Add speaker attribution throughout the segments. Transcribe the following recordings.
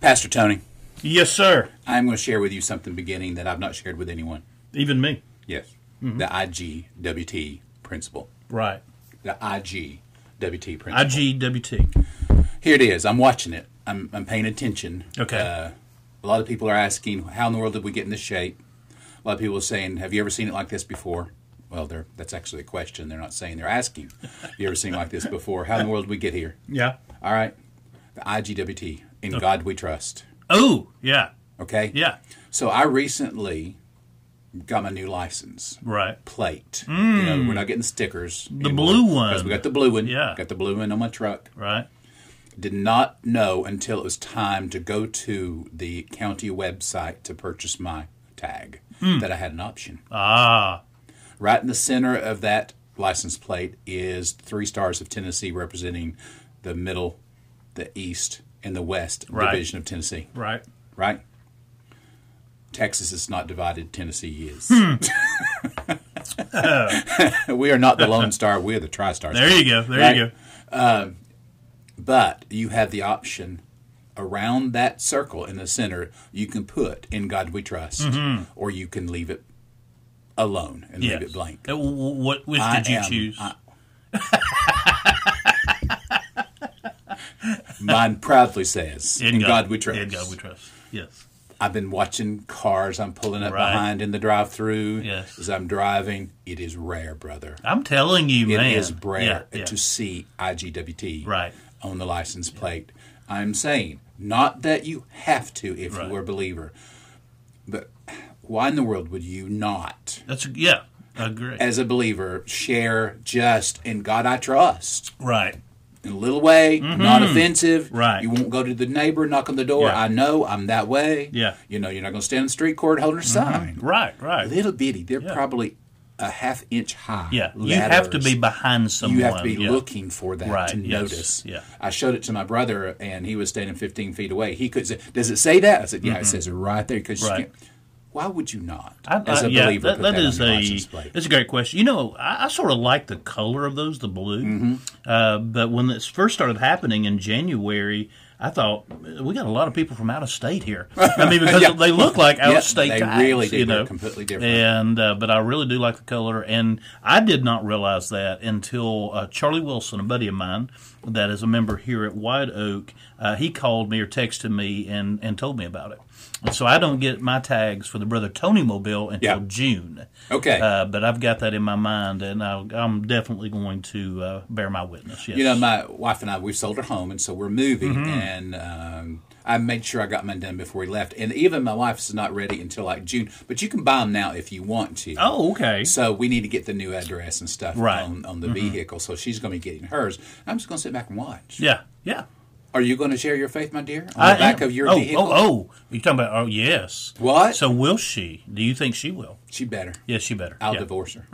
Speaker 1: Pastor Tony,
Speaker 2: Yes, sir.
Speaker 1: I'm going to share with you something beginning that I've not shared with anyone.
Speaker 2: Even me.
Speaker 1: Yes. The IGWT principle.
Speaker 2: Right.
Speaker 1: The IGWT principle.
Speaker 2: IGWT.
Speaker 1: Here it is. I'm watching it. I'm, I'm paying attention.
Speaker 2: Okay.
Speaker 1: Uh, a lot of people are asking, how in the world did we get in this shape? A lot of people are saying, have you ever seen it like this before? Well, they're, that's actually a question. They're not saying, they're asking, have you ever seen it like this before? How in the world did we get here?
Speaker 2: Yeah.
Speaker 1: All right. The IGWT. In God we trust.
Speaker 2: Oh, yeah.
Speaker 1: Okay?
Speaker 2: Yeah.
Speaker 1: So I recently got my new license
Speaker 2: Right.
Speaker 1: plate. You know, we're not getting stickers. The
Speaker 2: Mm. blue one.
Speaker 1: Because we got the blue one.
Speaker 2: Yeah.
Speaker 1: Got the blue one on my truck.
Speaker 2: Right.
Speaker 1: Did not know until it was time to go to the county website to purchase my tag
Speaker 2: Mm.
Speaker 1: that I had an option.
Speaker 2: Ah.
Speaker 1: Right in the center of that license plate is three stars of Tennessee representing the middle, the east, and the west
Speaker 2: Right.
Speaker 1: division of Tennessee
Speaker 2: Right.
Speaker 1: right? Texas is not divided. Tennessee is.
Speaker 2: Hmm.
Speaker 1: we are not the Lone Star. We are the Tri Stars.
Speaker 2: There you go. There you
Speaker 1: Right.
Speaker 2: go.
Speaker 1: But you have the option around that circle in the center. You can put "In God We Trust," or you can leave it alone and
Speaker 2: Mm-hmm. Yes.
Speaker 1: leave it blank.
Speaker 2: Uh, w- w- What which
Speaker 1: I
Speaker 2: did you
Speaker 1: am-
Speaker 2: choose?
Speaker 1: I- Mine proudly says, "In, God, we trust."
Speaker 2: In God we trust. Yes.
Speaker 1: I've been watching cars. I'm pulling up
Speaker 2: Right.
Speaker 1: behind in the drive-through
Speaker 2: Yes.
Speaker 1: as I'm driving. It is rare, brother.
Speaker 2: I'm telling you,
Speaker 1: It
Speaker 2: man.
Speaker 1: is rare
Speaker 2: Yeah, yeah.
Speaker 1: to see IGWT
Speaker 2: Right.
Speaker 1: on the license plate. I'm saying not that you have to if
Speaker 2: Right.
Speaker 1: you are a believer, but why in the world would you not,
Speaker 2: That's yeah. I agree.
Speaker 1: as a believer, share just in God I trust
Speaker 2: right.
Speaker 1: in a little way, not offensive.
Speaker 2: Mm-hmm. Right.
Speaker 1: You won't go to the neighbor, knock on the door.
Speaker 2: Yeah.
Speaker 1: I know I'm that way.
Speaker 2: Yeah. Mm-hmm.
Speaker 1: You know, you're not going to stand in the street court holding a sign.
Speaker 2: Right. Right.
Speaker 1: Little bitty. They're probably a half inch high.
Speaker 2: Yeah. You have to
Speaker 1: ladders.
Speaker 2: be behind someone.
Speaker 1: You have to be
Speaker 2: yeah.
Speaker 1: looking for that
Speaker 2: Right,
Speaker 1: to
Speaker 2: yes,
Speaker 1: notice.
Speaker 2: yeah.
Speaker 1: I showed it to my brother, and he was standing 15 feet away. He could. say, Does it say that? I said, Yeah, it says it right there. Because
Speaker 2: Mm-hmm. Right.
Speaker 1: why would you not,
Speaker 2: I-
Speaker 1: as
Speaker 2: I-
Speaker 1: a
Speaker 2: yeah,
Speaker 1: believer,
Speaker 2: that-
Speaker 1: put
Speaker 2: that
Speaker 1: that,
Speaker 2: is
Speaker 1: on your
Speaker 2: a
Speaker 1: license plate?
Speaker 2: that's a great question. You know, I, I sort of like the color of those, the blue.
Speaker 1: Mm-hmm.
Speaker 2: Uh, but when this first started happening in January, I thought we got a lot of people from out of state here. I mean, because
Speaker 1: Yeah.
Speaker 2: they look like out
Speaker 1: Yeah,
Speaker 2: of state.
Speaker 1: they
Speaker 2: guys,
Speaker 1: really do.
Speaker 2: You
Speaker 1: They're
Speaker 2: know,
Speaker 1: completely different.
Speaker 2: And uh, but I really do like the color, and I did not realize that until uh, Charlie Wilson, a buddy of mine that is a member here at White Oak, uh, he called me or texted me and and told me about it. And so I don't get my tags for the brother Tony Mobile until
Speaker 1: Yeah.
Speaker 2: June.
Speaker 1: Okay.
Speaker 2: Uh, but I've got that in my mind, and I, I'm definitely going to uh, bear my witness. Yes.
Speaker 1: You know, my wife and I, we've sold our home, and so we're moving.
Speaker 2: Mm-hmm.
Speaker 1: And um, I made sure I got mine done before he left. And even my wife's not ready until like June, but you can buy them now if you want to.
Speaker 2: oh, okay.
Speaker 1: So we need to get the new address and stuff
Speaker 2: Right. Mm-hmm.
Speaker 1: on, on the vehicle. So she's going to be getting hers. I'm just going to sit back and watch.
Speaker 2: yeah, yeah.
Speaker 1: Are you going to share your faith, my dear, on
Speaker 2: I
Speaker 1: the back
Speaker 2: am.
Speaker 1: of your
Speaker 2: oh,
Speaker 1: vehicle?
Speaker 2: Oh, oh, you talking about? Oh, yes.
Speaker 1: What?
Speaker 2: So will she? Do you think she will?
Speaker 1: She better.
Speaker 2: Yes, she better.
Speaker 1: I'll
Speaker 2: yeah.
Speaker 1: divorce her.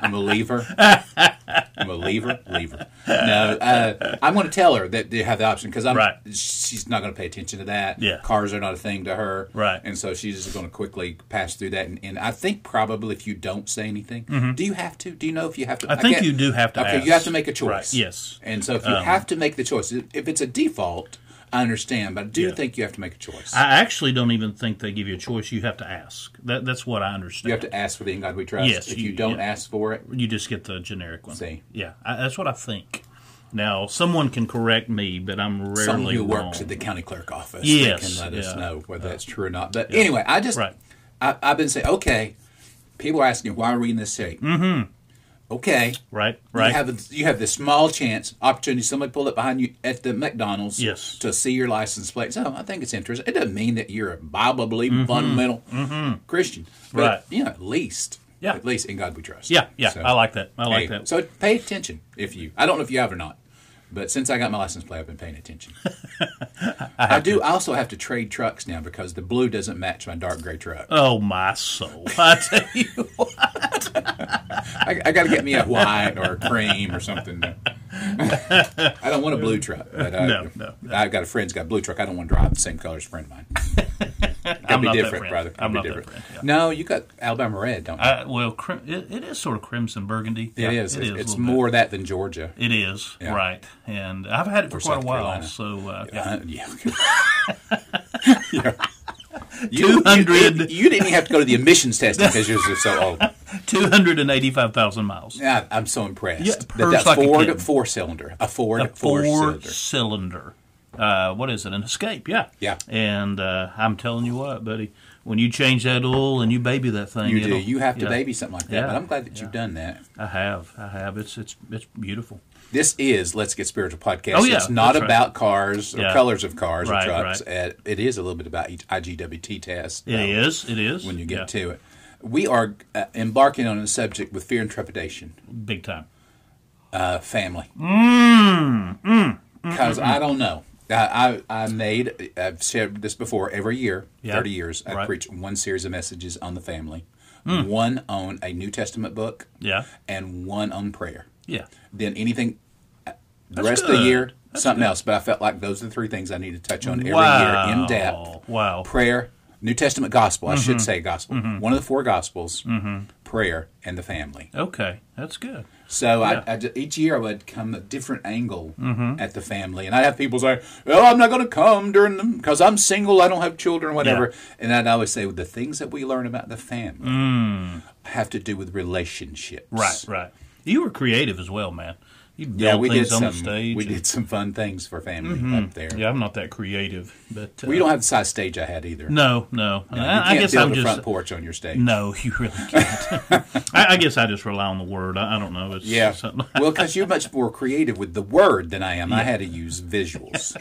Speaker 1: I'm a leaver. I'm a leaver. Leaver. No, uh, I'm going to tell her that they have the option because I'm.
Speaker 2: Right.
Speaker 1: She's not going to pay attention to that.
Speaker 2: Yeah.
Speaker 1: Cars are not a thing to her.
Speaker 2: Right.
Speaker 1: And so she's just going to quickly pass through that. And, and I think probably if you don't say anything, do you have to? Do you know if you have to?
Speaker 2: Mm-hmm. I think
Speaker 1: can't-
Speaker 2: you do have to.
Speaker 1: Okay,
Speaker 2: ask.
Speaker 1: you have to make a choice.
Speaker 2: Right, yes. Um,
Speaker 1: And so if you have to make the choice, if it's a default, I understand, but I do
Speaker 2: Yeah.
Speaker 1: think you have to make a choice.
Speaker 2: I actually don't even think they give you a choice. You have to ask. That, that's what I understand.
Speaker 1: you have to ask for the in God we trust.
Speaker 2: Yes,
Speaker 1: if
Speaker 2: you-
Speaker 1: you, don't
Speaker 2: yeah.
Speaker 1: ask for it,
Speaker 2: You just get the generic one.
Speaker 1: See.
Speaker 2: Yeah, I, that's what I think. Now, someone can correct me, but I'm rarely
Speaker 1: someone who
Speaker 2: wrong.
Speaker 1: works at the county clerk office
Speaker 2: Yes,
Speaker 1: that can let us
Speaker 2: yeah.
Speaker 1: know whether that's true or not. But anyway, I just
Speaker 2: Right.
Speaker 1: I, I've been saying, okay, people are asking why are we in this shape? Mm-hmm. Okay,
Speaker 2: right, right.
Speaker 1: You have a, you have this small chance opportunity. Somebody pulled up behind you at the McDonald's
Speaker 2: Yes.
Speaker 1: to see your license plate. So I think it's interesting. It doesn't mean that you're a Bible believing fundamental Christian, but
Speaker 2: Mm-hmm. Right.
Speaker 1: You know, at least.
Speaker 2: Yeah.
Speaker 1: At least in God we trust.
Speaker 2: yeah, yeah.
Speaker 1: So-
Speaker 2: I like that. I like
Speaker 1: Hey,
Speaker 2: that.
Speaker 1: So pay attention if you. I don't know if you have or not, but since I got my license plate, I've been paying attention. I, do. I also have to trade trucks now because the blue doesn't match my dark gray truck.
Speaker 2: oh my soul! I tell you,
Speaker 1: I, I got to get me a white or a cream or something. I don't want a blue truck. But I,
Speaker 2: No, no, no.
Speaker 1: I've got a friend's got a blue truck. I don't want to drive the same color as a friend of mine.
Speaker 2: I'm
Speaker 1: be
Speaker 2: not that
Speaker 1: different,
Speaker 2: red.
Speaker 1: brother. Gotta
Speaker 2: I'm
Speaker 1: be
Speaker 2: not that
Speaker 1: different.
Speaker 2: red, yeah.
Speaker 1: No, you got Alabama red, don't you?
Speaker 2: I, well, crim- it, it is sort of crimson burgundy. Yeah,
Speaker 1: it is.
Speaker 2: It
Speaker 1: It's,
Speaker 2: is. a
Speaker 1: it's
Speaker 2: little bit.
Speaker 1: more that than Georgia.
Speaker 2: It is
Speaker 1: Yeah.
Speaker 2: right, and I've had it for quite
Speaker 1: South
Speaker 2: a while.
Speaker 1: Carolina.
Speaker 2: So uh, yeah.
Speaker 1: Uh, yeah. Yeah. You,
Speaker 2: 200.
Speaker 1: You, you didn't even have to go to the emissions testing because yours was so old.
Speaker 2: two hundred and eighty-five thousand miles.
Speaker 1: Yeah, I'm so impressed.
Speaker 2: Yeah,
Speaker 1: that
Speaker 2: purrs
Speaker 1: that
Speaker 2: like a
Speaker 1: Ford
Speaker 2: kitten.
Speaker 1: four cylinder, a Ford four
Speaker 2: Four,
Speaker 1: cylinder.
Speaker 2: cylinder. Uh, what is it? An escape? Yeah.
Speaker 1: Yeah.
Speaker 2: And uh, I'm telling you what, buddy, when you change that oil and you baby that thing,
Speaker 1: You do.
Speaker 2: it'll-
Speaker 1: You have to
Speaker 2: yeah.
Speaker 1: baby something like that.
Speaker 2: Yeah.
Speaker 1: But I'm glad that you've done that.
Speaker 2: I have. I have. It's it's it's beautiful.
Speaker 1: This is Let's Get Spiritual podcast.
Speaker 2: Oh, yeah,
Speaker 1: it's not
Speaker 2: that's right.
Speaker 1: about cars or
Speaker 2: Yeah.
Speaker 1: colors of cars
Speaker 2: Right,
Speaker 1: or trucks. Uh, It is a little bit about each IGWT test. uh,
Speaker 2: It is. It is.
Speaker 1: When you get
Speaker 2: Yeah.
Speaker 1: to it, we are uh, embarking on a subject with fear and trepidation.
Speaker 2: big time.
Speaker 1: uh, family.
Speaker 2: Mm,
Speaker 1: Because I don't know. I, I, I made, I've shared this before, every year,
Speaker 2: Yeah.
Speaker 1: 30 years, I
Speaker 2: Right. Mm.
Speaker 1: preach one series of messages on the family, one on a New Testament book,
Speaker 2: Yeah.
Speaker 1: and one on prayer.
Speaker 2: Yeah.
Speaker 1: Then anything, uh, the
Speaker 2: That's
Speaker 1: rest of the year,
Speaker 2: good.
Speaker 1: something else. But I felt like those are the three things I need to touch on every
Speaker 2: wow. Mm-hmm.
Speaker 1: year in depth
Speaker 2: Wow.
Speaker 1: prayer, New Testament gospel, I should say gospel, one of the four gospels,
Speaker 2: Mm-hmm.
Speaker 1: prayer, and the family.
Speaker 2: Okay, that's good.
Speaker 1: So I, I ju- each year I would come a different angle
Speaker 2: Mm-hmm.
Speaker 1: at the family, and I'd have people say, "Well, I'm not going to come during them because I'm single, I don't have children, whatever." And I'd always say, well, "The things that we learn about the family have to do with relationships."
Speaker 2: Mm. Right. Right. You were creative as well, man. You built
Speaker 1: Yeah, we
Speaker 2: things
Speaker 1: did
Speaker 2: on
Speaker 1: some.
Speaker 2: the stage.
Speaker 1: we
Speaker 2: and-
Speaker 1: did some fun things for family up there.
Speaker 2: Yeah, I'm not that creative, but uh,
Speaker 1: We don't have the size stage I had either.
Speaker 2: No, no.
Speaker 1: you
Speaker 2: I,
Speaker 1: can't
Speaker 2: I guess
Speaker 1: build
Speaker 2: I'm
Speaker 1: a
Speaker 2: just
Speaker 1: front porch on your stage.
Speaker 2: no. You really can't. I, I guess I just rely on the word. I, I don't know. It's
Speaker 1: Yeah.
Speaker 2: something-
Speaker 1: well, because you're much more creative with the word than I am. I had to use visuals.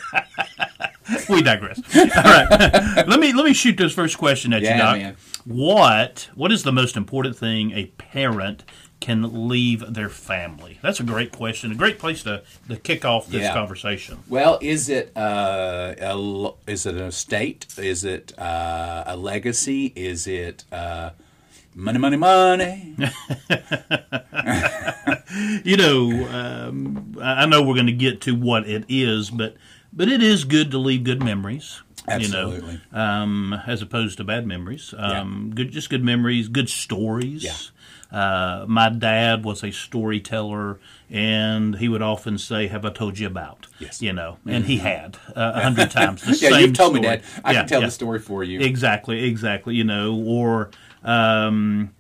Speaker 2: we digress. All right. let me let me shoot this first question at
Speaker 1: Yeah,
Speaker 2: you, Doc.
Speaker 1: man.
Speaker 2: What what is the most important thing a parent can leave their family? That's a great question. A great place to, to kick off this
Speaker 1: Yeah.
Speaker 2: conversation.
Speaker 1: Well, is it uh, a lo- is it an estate? Is it uh, a legacy? Is it uh, money, money, money?
Speaker 2: You know, um, I I know we're going to get to what it is, but but it is good to leave good memories.
Speaker 1: Absolutely.
Speaker 2: You know, um, as opposed to bad memories. Um, Good, just good memories, good stories. Yeah. Uh, my dad was a storyteller, and he would often say, "Have I told you about?"
Speaker 1: Yes. Mm-hmm.
Speaker 2: You know, and he had uh, a hundred times the
Speaker 1: yeah,
Speaker 2: same.
Speaker 1: you've told me
Speaker 2: story.
Speaker 1: that. I
Speaker 2: Yeah,
Speaker 1: can tell
Speaker 2: yeah. um,
Speaker 1: the story for you.
Speaker 2: Exactly, exactly. You know, or um,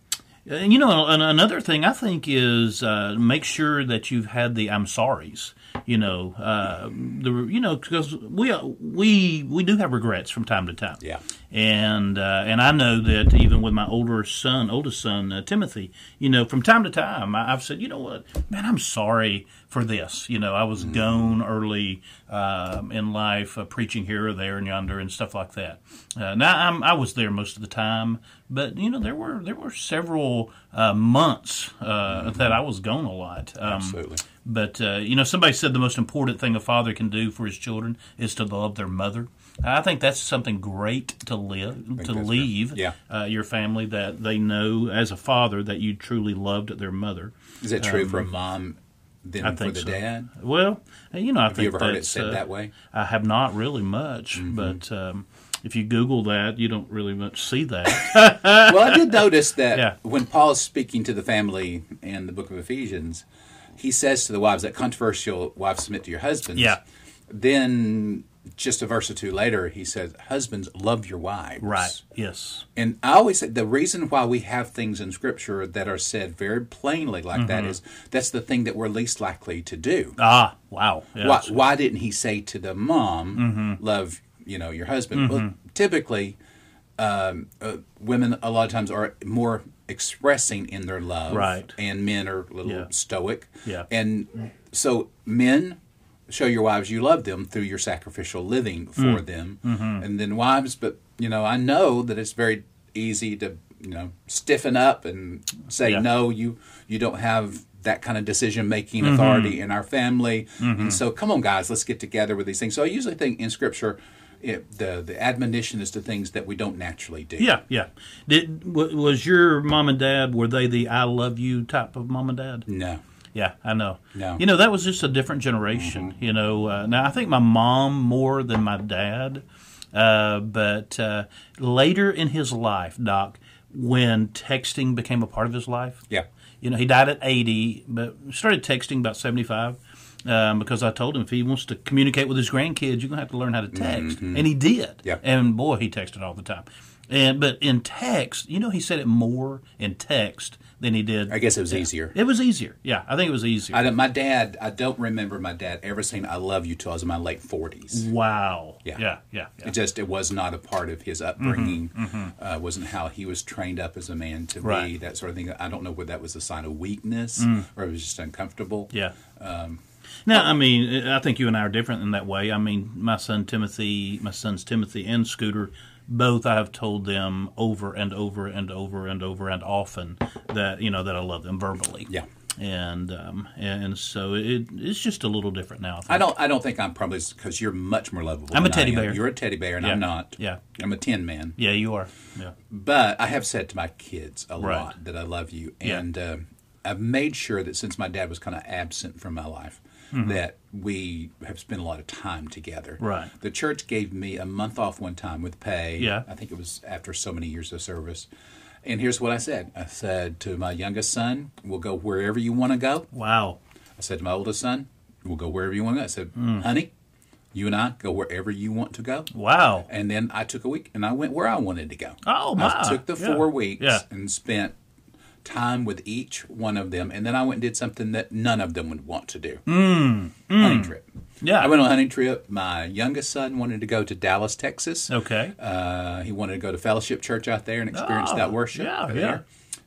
Speaker 2: and you know, and another thing I think is uh, make sure that you've had the I'm sorries. You know, uh, the you know because we we we do have regrets from time to time.
Speaker 1: Yeah.
Speaker 2: And uh, and I know that even with my older son, oldest son uh, Timothy, you know, from time to time I, I've said, you know what, man, I'm sorry for this. You know, I was gone early um, in life, uh, preaching here or there and yonder and stuff like that. Uh, now I'm, I was there most of the time, but you know, there were there were several uh, months uh, that I was gone a lot. Um,
Speaker 1: Absolutely.
Speaker 2: but uh, you know, somebody said the most important thing a father can do for his children is to love their mother. I think that's something great to live to
Speaker 1: that's
Speaker 2: leave
Speaker 1: great. Yeah.
Speaker 2: uh, your family that they know as a father that you truly loved their mother.
Speaker 1: Is that true for a mom than
Speaker 2: um, I
Speaker 1: for
Speaker 2: think
Speaker 1: the
Speaker 2: so.
Speaker 1: dad?
Speaker 2: Well, uh, you know, I think
Speaker 1: Have you ever heard it
Speaker 2: that's,
Speaker 1: said
Speaker 2: uh,
Speaker 1: that way? Mm-hmm.
Speaker 2: I have not really much, but um, if you Google that, you don't really much see that.
Speaker 1: well, I did notice that
Speaker 2: Yeah.
Speaker 1: when Paul's speaking to the family in the book of Ephesians, he says to the wives, that controversial wives submit to your husbands.
Speaker 2: Yeah.
Speaker 1: Then just a verse or two later, he says, husbands, love your wives.
Speaker 2: right? Yes.
Speaker 1: And I always say the reason why we have things in Scripture that are said very plainly like that
Speaker 2: Mm-hmm.
Speaker 1: is that's the thing that we're least likely to do.
Speaker 2: Ah. Wow. Yeah,
Speaker 1: Why, why didn't he say to the mom,
Speaker 2: Mm-hmm.
Speaker 1: "Love, you know, your husband"? Well, typically, um, uh, women a lot of times are more expressing in their love,
Speaker 2: Right.
Speaker 1: And men are a little
Speaker 2: Yeah.
Speaker 1: stoic,
Speaker 2: Yeah.
Speaker 1: And so, men show your wives you love them through your sacrificial living
Speaker 2: Mm.
Speaker 1: for them,
Speaker 2: Mm-hmm.
Speaker 1: and then wives. But you know, I know that it's very easy to you know stiffen up and say
Speaker 2: Yeah.
Speaker 1: no. You you don't have that kind of decision making
Speaker 2: Mm-hmm.
Speaker 1: authority in our family, and so come on, guys, let's get together with these things. So I usually think in scripture. It, the the admonition is to things that we don't naturally do.
Speaker 2: Yeah, yeah. Did wa- was your mom and dad? Were they the "I love you" type of mom and dad?
Speaker 1: No.
Speaker 2: Yeah, I know.
Speaker 1: No.
Speaker 2: You know, that
Speaker 1: Mm-hmm.
Speaker 2: was just a different generation. You know, uh, now I think my mom more than my dad Uh, but uh, later in his life, Doc, when texting became a part of his life,
Speaker 1: Yeah.
Speaker 2: you know, he died at 80, but started texting about 75 um, because I told him if he wants to communicate with his grandkids, you're going to have to learn how to text. And he did.
Speaker 1: Mm-hmm. Yeah.
Speaker 2: And boy, he texted all the time. And But in text, you know, he said it more in text than he did.
Speaker 1: I guess it was easier.
Speaker 2: It was easier. Yeah, I think it was easier.
Speaker 1: I don't, my dad, I don't remember my dad ever saying "I love you" till I was in my late forties.
Speaker 2: wow.
Speaker 1: Yeah.
Speaker 2: Yeah. Yeah. yeah.
Speaker 1: It just it was not a part of his
Speaker 2: Mm-hmm,
Speaker 1: upbringing. Uh, wasn't how he was trained up as a man to be
Speaker 2: Right. Mm.
Speaker 1: that sort of thing. I don't know whether that was a sign of weakness or it was just uncomfortable.
Speaker 2: Yeah.
Speaker 1: Um,
Speaker 2: no, I mean, I think you and I are different in that way. I mean, my son Timothy, my sons Timothy and Scooter, both I have told them over and over and over and over and often that you know that I love them verbally.
Speaker 1: Yeah.
Speaker 2: And um, and so it it's just a little different now.
Speaker 1: I don't. I don't think I'm probably because you're much more lovable.
Speaker 2: I'm a
Speaker 1: than I
Speaker 2: teddy
Speaker 1: am.
Speaker 2: bear.
Speaker 1: You're a teddy bear, and I'm
Speaker 2: Yeah.
Speaker 1: not.
Speaker 2: Yeah.
Speaker 1: I'm a tin man.
Speaker 2: Yeah, you are. Yeah.
Speaker 1: But I have said to my kids a
Speaker 2: Right.
Speaker 1: lot that I love you,
Speaker 2: Yeah.
Speaker 1: and um I've made sure that since my dad was kind of absent from my life, that we have spent a lot of time together.
Speaker 2: Mm-hmm. Right.
Speaker 1: The church gave me a month off one time with pay.
Speaker 2: Yeah.
Speaker 1: I think it was after so many years of service. And here's what I said. I said to my youngest son, "We'll go wherever you want to go."
Speaker 2: Wow.
Speaker 1: I said to my oldest son, "We'll go wherever you want to go." I said,
Speaker 2: Mm.
Speaker 1: "Honey, you and I go wherever you want to go."
Speaker 2: Wow.
Speaker 1: And then I took a week and I went where I wanted to go.
Speaker 2: Oh,
Speaker 1: I
Speaker 2: my.
Speaker 1: took the
Speaker 2: Yeah.
Speaker 1: four weeks
Speaker 2: Yeah.
Speaker 1: and spent time with each one of them, and then I went and did something that none of them would want to do. Mm.
Speaker 2: Hmm.
Speaker 1: Hunting trip.
Speaker 2: Yeah.
Speaker 1: I went on a hunting trip. My youngest son wanted to go to Dallas, Texas.
Speaker 2: Okay.
Speaker 1: Uh, he wanted to go to Fellowship Church out there and experience
Speaker 2: Oh,
Speaker 1: that worship.
Speaker 2: yeah,
Speaker 1: there.
Speaker 2: yeah.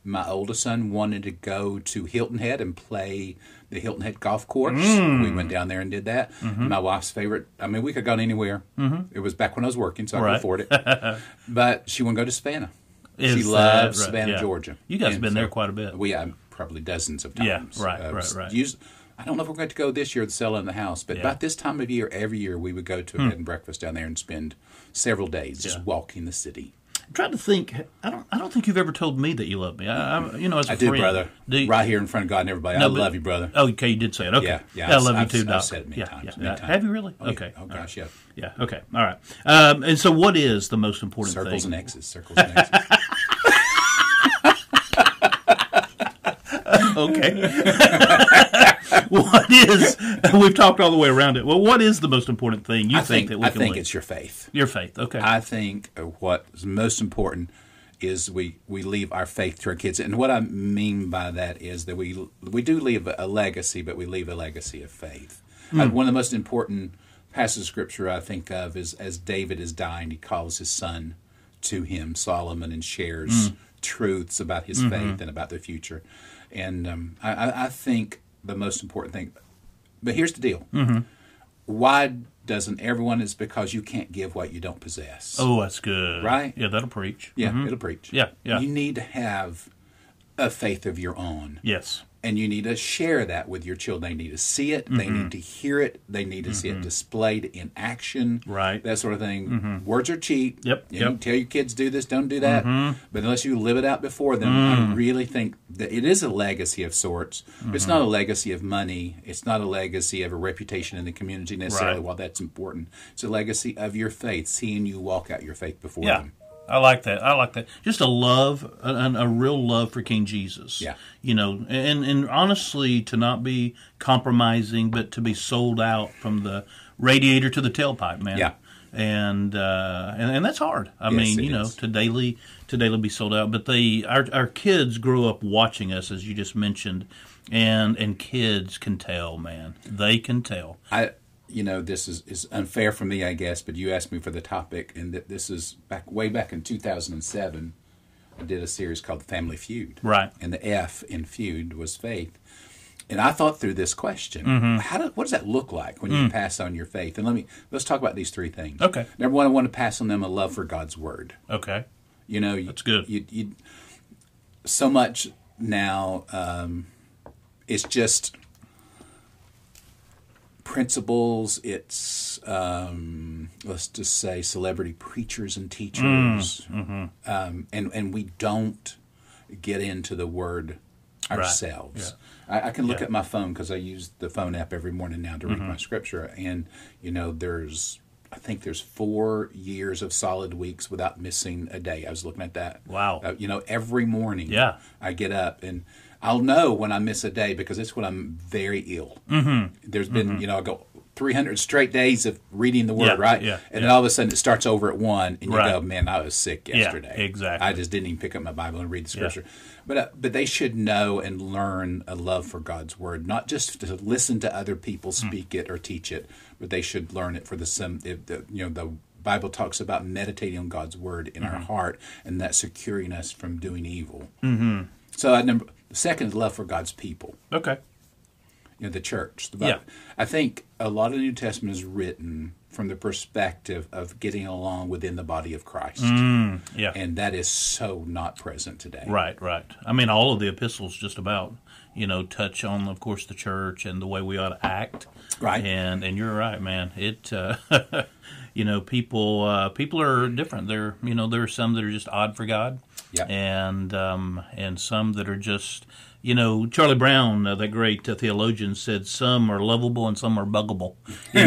Speaker 1: My oldest son wanted to go to Hilton Head and play the Hilton Head golf course.
Speaker 2: Mm.
Speaker 1: We went down there and did that.
Speaker 2: Mm-hmm.
Speaker 1: My wife's favorite. I mean, we could have gone anywhere. Mm-hmm. It was back when I was working, so I
Speaker 2: Right.
Speaker 1: could afford it. but she wouldn't go to Savannah. she
Speaker 2: Is that
Speaker 1: loves
Speaker 2: right?
Speaker 1: Savannah,
Speaker 2: Yeah.
Speaker 1: Georgia.
Speaker 2: You guys have
Speaker 1: And
Speaker 2: been
Speaker 1: so
Speaker 2: there quite a bit.
Speaker 1: We uh, probably dozens of
Speaker 2: Yeah,
Speaker 1: times. Uh,
Speaker 2: right, right,
Speaker 1: s-
Speaker 2: right.
Speaker 1: us- I don't know if we're going to go this year to sell in the house, but
Speaker 2: Yeah. Hmm.
Speaker 1: about this time of year, every year we would go to a bed and breakfast down there and spend several days just
Speaker 2: Yeah.
Speaker 1: walking the city.
Speaker 2: I'm trying to think. I don't. I don't think you've ever told me that you love me. I, I you know, as a
Speaker 1: I do,
Speaker 2: friend,
Speaker 1: brother.
Speaker 2: Do you-
Speaker 1: right here in front of God and everybody. I
Speaker 2: but-
Speaker 1: love you, brother.
Speaker 2: Oh, okay, you did say it. Okay.
Speaker 1: Yeah, yeah,
Speaker 2: I
Speaker 1: I've-
Speaker 2: love you
Speaker 1: I've-
Speaker 2: too,
Speaker 1: I've
Speaker 2: Doc.
Speaker 1: said it many
Speaker 2: yeah,
Speaker 1: times,
Speaker 2: yeah,
Speaker 1: many
Speaker 2: yeah.
Speaker 1: times.
Speaker 2: Have you really?
Speaker 1: Oh, yeah.
Speaker 2: okay.
Speaker 1: Oh, gosh, yeah.
Speaker 2: Yeah. Okay. All right. Um, and so, what is the most important
Speaker 1: Circles
Speaker 2: thing?
Speaker 1: and X's, circles and X's.
Speaker 2: okay. what is? We've talked all the way around it. Well, what is the most important thing you
Speaker 1: I think,
Speaker 2: that we
Speaker 1: I
Speaker 2: can
Speaker 1: think
Speaker 2: leave?
Speaker 1: it's your faith.
Speaker 2: your faith? Okay.
Speaker 1: I think uh, what's most important is we, we leave our faith to our kids. And what I mean by that is that we we do leave a legacy, but we leave a legacy of faith. Uh, one of the most important passages of scripture I think of is as David is dying, he calls his son to him, Solomon, and shares truths about his faith and about the future. And um, I, I- I think the most important thing, but here's the deal.
Speaker 2: Mm-hmm.
Speaker 1: Why doesn't everyone? It's because you can't give what you don't possess.
Speaker 2: oh, that's good.
Speaker 1: Right?
Speaker 2: Yeah, that'll preach. Mm-hmm.
Speaker 1: Yeah, it'll preach.
Speaker 2: Yeah, yeah.
Speaker 1: You need to have a faith of your own,
Speaker 2: Yes.
Speaker 1: and you need to share that with your children. They need to see it. They
Speaker 2: Mm-hmm.
Speaker 1: need to hear it. They need to see it displayed in action.
Speaker 2: Right. Mm-hmm.
Speaker 1: That sort of thing. Words are cheap.
Speaker 2: Yep,
Speaker 1: You
Speaker 2: yep. Mm-hmm.
Speaker 1: can tell your kids do this, don't do that. But unless you live it out before them,
Speaker 2: Mm.
Speaker 1: I really think that it is a legacy of sorts. It's
Speaker 2: Mm-hmm.
Speaker 1: not a legacy of money. It's not a legacy of a reputation in the community necessarily.
Speaker 2: Right.
Speaker 1: While that's important, it's a legacy of your faith, seeing you walk out your faith before
Speaker 2: Yeah.
Speaker 1: them.
Speaker 2: I like that. I like that. Just a love, a, a real love for King Jesus.
Speaker 1: Yeah.
Speaker 2: You know, and and honestly, to not be compromising, but to be sold out from the radiator to the tailpipe, man.
Speaker 1: Yeah.
Speaker 2: And uh, and and that's hard. I
Speaker 1: Yes,
Speaker 2: mean,
Speaker 1: it
Speaker 2: you know,
Speaker 1: is.
Speaker 2: to daily to daily be sold out. But they our our kids grow up watching us, as you just mentioned, and and kids can tell, man. They can tell.
Speaker 1: I, you know, this is, is unfair for me, I guess, but you asked me for the topic, and th- this is back way back in 2007. I did a series called Family Feud.
Speaker 2: Right.
Speaker 1: And the F in feud was faith. And I thought through this question:
Speaker 2: Mm-hmm.
Speaker 1: How do, what does that look like when you pass on your faith? And let me let's talk about these three things.
Speaker 2: Mm. Okay.
Speaker 1: Number one, I want to pass on them a love for God's word.
Speaker 2: Okay.
Speaker 1: You know, that's
Speaker 2: good.
Speaker 1: You, you, so much now, um, it's just principles. It's um, let's just say celebrity preachers and teachers,
Speaker 2: Mm, mm-hmm.
Speaker 1: um, and and we don't get into the word ourselves. I, I can look
Speaker 2: Yeah. Mm-hmm.
Speaker 1: at my phone because I use the phone app every morning now to read my scripture, and you know, there's I think there's four years of solid weeks without missing a day. I was looking at that.
Speaker 2: Wow.
Speaker 1: Uh, you know, every morning
Speaker 2: Yeah.
Speaker 1: I get up and I'll know when I miss a day because it's when I'm very ill. Mm-hmm. There's been, you know, I go 300 straight days of reading the word,
Speaker 2: Yeah,
Speaker 1: right?
Speaker 2: yeah,
Speaker 1: and then
Speaker 2: yeah.
Speaker 1: all of a sudden it starts over at one and you
Speaker 2: Right.
Speaker 1: go, man, I was sick yesterday.
Speaker 2: exactly.
Speaker 1: I just didn't even pick up my Bible and read the scripture. But, uh, but they should know and learn a love for God's word, not just to listen to other people
Speaker 2: Hmm.
Speaker 1: speak it or teach it, but they should learn it for the, sim, if the you know, the Bible talks about meditating on God's word in
Speaker 2: Mm-hmm.
Speaker 1: our heart and that securing us from doing evil.
Speaker 2: Mm-hmm.
Speaker 1: So uh, number second is love for God's people,
Speaker 2: Okay.
Speaker 1: you know, the church. The
Speaker 2: Yeah.
Speaker 1: Bible. I think a lot of the New Testament is written from the perspective of getting along within the body of Christ,
Speaker 2: Yeah.
Speaker 1: and that is so not present today.
Speaker 2: Mm-hmm. Right, right. I mean, all of the epistles just about, you know, touch on, of course, the church and the way we ought to act.
Speaker 1: Right.
Speaker 2: And and you're right, man. It, uh, you know, people uh, people are different. There, you know, there are some that are just odd for God.
Speaker 1: Yeah.
Speaker 2: And um, and some that are just, you know, Charlie Brown, uh, the great uh, theologian, said some are lovable and some are buggable. You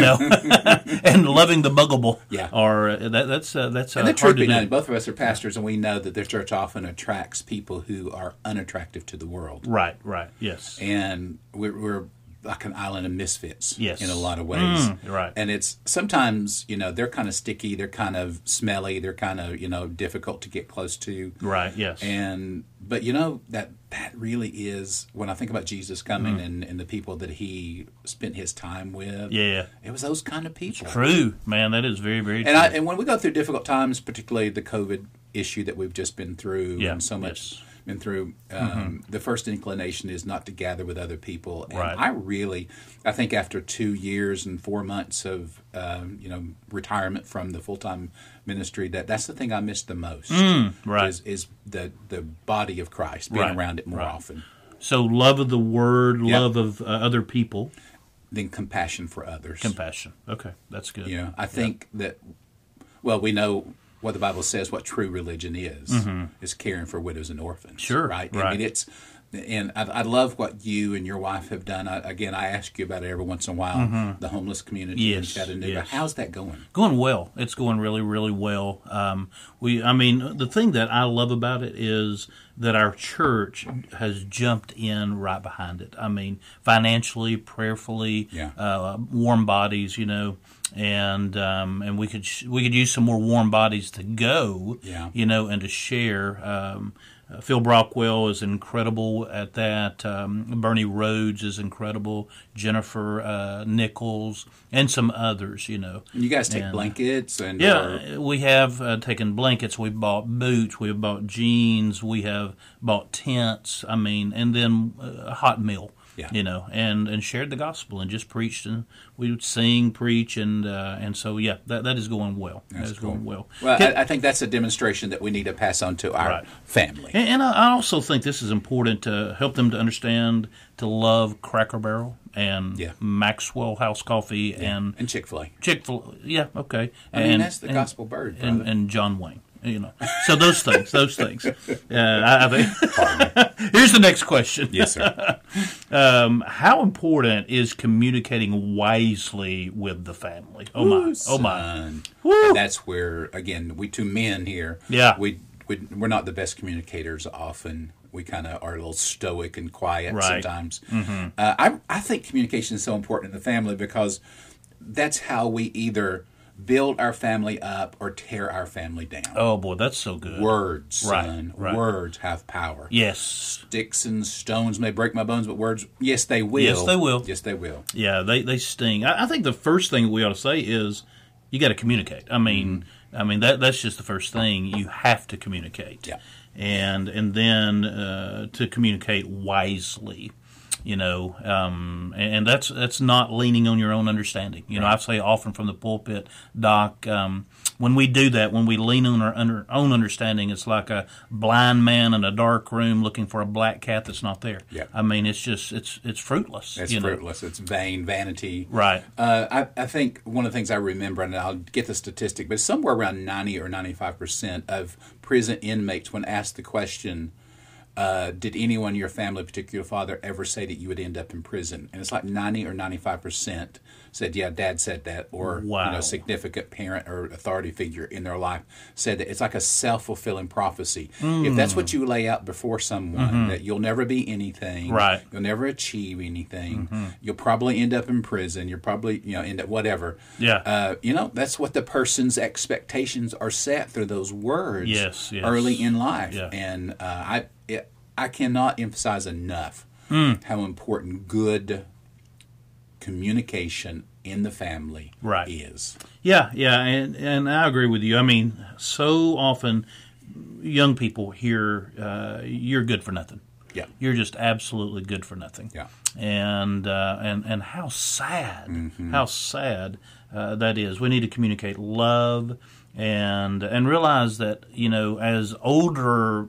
Speaker 2: know, and loving the buggable.
Speaker 1: Yeah.
Speaker 2: Or uh, that, that's uh, that's
Speaker 1: And
Speaker 2: uh,
Speaker 1: the truth
Speaker 2: hard to
Speaker 1: be known,
Speaker 2: do.
Speaker 1: both of us are pastors, and we know that the church often attracts people who are unattractive to the world.
Speaker 2: Right, right. Yes.
Speaker 1: and we're, we're like an island of misfits
Speaker 2: Yes. Mm,
Speaker 1: in a lot of ways.
Speaker 2: you're right.
Speaker 1: And it's sometimes, you know, they're kind of sticky, they're kind of smelly, they're kind of, you know, difficult to get close to.
Speaker 2: Right. Yes.
Speaker 1: And, but you know, that, that really is when I think about Jesus coming and, and the people that he spent his time with.
Speaker 2: Yeah.
Speaker 1: It was those kind of people.
Speaker 2: True, man. That is very, very
Speaker 1: And,
Speaker 2: true.
Speaker 1: I, and when we go through difficult times, particularly the COVID issue that we've just been through,
Speaker 2: Yeah,
Speaker 1: and so much
Speaker 2: yes. Mm-hmm.
Speaker 1: been through, um, the first inclination is not to gather with other people. And
Speaker 2: Right.
Speaker 1: I really, I think after two years and four months of um, you know retirement from the full time ministry, that that's the thing I miss the most.
Speaker 2: Mm, right.
Speaker 1: Is, is the the body of Christ being
Speaker 2: Right,
Speaker 1: around it more
Speaker 2: right.
Speaker 1: often
Speaker 2: so love of the word,
Speaker 1: Yeah.
Speaker 2: love of uh, other people,
Speaker 1: than compassion for others.
Speaker 2: compassion. Okay, that's good.
Speaker 1: You know, I think that well, we know what the Bible says what true religion is is caring for widows and orphans.
Speaker 2: Mm-hmm. Sure,
Speaker 1: right? I
Speaker 2: right.
Speaker 1: mean, it's and I, I love what you and your wife have done. I, again, I ask you about it every once in a while. The homeless community
Speaker 2: Mm-hmm. Yes,
Speaker 1: in Chattanooga.
Speaker 2: yes.
Speaker 1: How's that going?
Speaker 2: Going well. It's going really, really well. Um, we, I mean, the thing that I love about it is that our church has jumped in right behind it. I mean, financially, prayerfully,
Speaker 1: Yeah.
Speaker 2: uh, warm bodies, you know, and um, and we could sh- we could use some more warm bodies to go,
Speaker 1: Yeah.
Speaker 2: you know, and to share. Um, uh, Phil Brockwell is incredible at that. Um, Bernie Rhodes is incredible. Jennifer uh, Nichols and some others, you know.
Speaker 1: And you guys take
Speaker 2: And-
Speaker 1: blankets and or-
Speaker 2: Yeah, we have uh, taken blankets. We bought boots. We have bought jeans. We have bought tents. I mean, and then uh, a hot meal.
Speaker 1: Yeah.
Speaker 2: You know, and and shared the gospel and just preached and we would sing, preach, and uh, and so yeah, that that is going well. That's going well.
Speaker 1: well, I, I think that's a demonstration that we need to pass on to our
Speaker 2: Right.
Speaker 1: family.
Speaker 2: And, and I I also think this is important to help them to understand to love Cracker Barrel and
Speaker 1: Yeah.
Speaker 2: Maxwell House Coffee and
Speaker 1: And Chick Fil A.
Speaker 2: Chick Fil. Yeah, okay.
Speaker 1: I mean,
Speaker 2: and,
Speaker 1: that's the
Speaker 2: and-
Speaker 1: gospel bird,
Speaker 2: and,
Speaker 1: brother.
Speaker 2: and John Wayne. You know, so those things, those things. Uh, I, I think. Here's the next question:
Speaker 1: yes, sir.
Speaker 2: um, How important is communicating wisely with the family? Oh my! oh my!
Speaker 1: son.
Speaker 2: Woo.
Speaker 1: And that's where again we two men here.
Speaker 2: Yeah.
Speaker 1: we, we we're not the best communicators. Often we kind of are a little stoic and quiet
Speaker 2: Right. Mm-hmm.
Speaker 1: sometimes. Uh, I I think communication is so important in the family because that's how we either build our family up or tear our family down.
Speaker 2: Oh boy, that's so good.
Speaker 1: Words,
Speaker 2: Right,
Speaker 1: son.
Speaker 2: right.
Speaker 1: Words have power.
Speaker 2: Yes,
Speaker 1: Sticks and stones may break my bones, but words, yes, they will.
Speaker 2: Yes, they will.
Speaker 1: Yes, they will.
Speaker 2: Yeah, they, they sting. I, I think the first thing we ought to say is you got to communicate. I
Speaker 1: Mm-hmm.
Speaker 2: mean, I mean that that's just the first thing you have to communicate.
Speaker 1: Yeah.
Speaker 2: and and then uh, to communicate wisely. You know, um, and, and that's that's not leaning on your own understanding. You know, I say often from the pulpit, Doc, um, when we do that, when we lean on our under, own understanding, it's like a blind man in a dark room looking for a black cat that's not there.
Speaker 1: Yeah.
Speaker 2: I mean, it's just it's it's fruitless.
Speaker 1: It's
Speaker 2: you know?
Speaker 1: fruitless. It's vain, vanity.
Speaker 2: Right.
Speaker 1: Uh, I, I think one of the things I remember, and I'll get the statistic, but somewhere around 90 or 95% of prison inmates, when asked the question, uh, did anyone in your family, particularly your father, ever say that you would end up in prison? And it's like 90 or 95% said, yeah, dad said that, or you
Speaker 2: Wow.
Speaker 1: know, significant parent or authority figure in their life said that. It's like a self fulfilling prophecy.
Speaker 2: Hmm.
Speaker 1: If that's what you lay out before someone, that you'll never be anything,
Speaker 2: Mm-hmm. Right.
Speaker 1: you'll never achieve anything,
Speaker 2: Mm-hmm.
Speaker 1: you'll probably end up in prison, you'll probably, you know, end up whatever.
Speaker 2: Yeah.
Speaker 1: Uh, you know, that's what the person's expectations are set through those words
Speaker 2: Yes, yes.
Speaker 1: early in life.
Speaker 2: Yeah.
Speaker 1: And uh, I, it, I cannot emphasize enough
Speaker 2: Hmm.
Speaker 1: how important good communication in the family
Speaker 2: Right.
Speaker 1: is.
Speaker 2: Yeah, yeah, and and I agree with you. I mean, so often young people hear uh, you're good for nothing.
Speaker 1: Yeah.
Speaker 2: You're just absolutely good for nothing.
Speaker 1: Yeah.
Speaker 2: And uh, and and how sad,
Speaker 1: Mm-hmm.
Speaker 2: how sad uh, that is. We need to communicate love and and realize that you know as older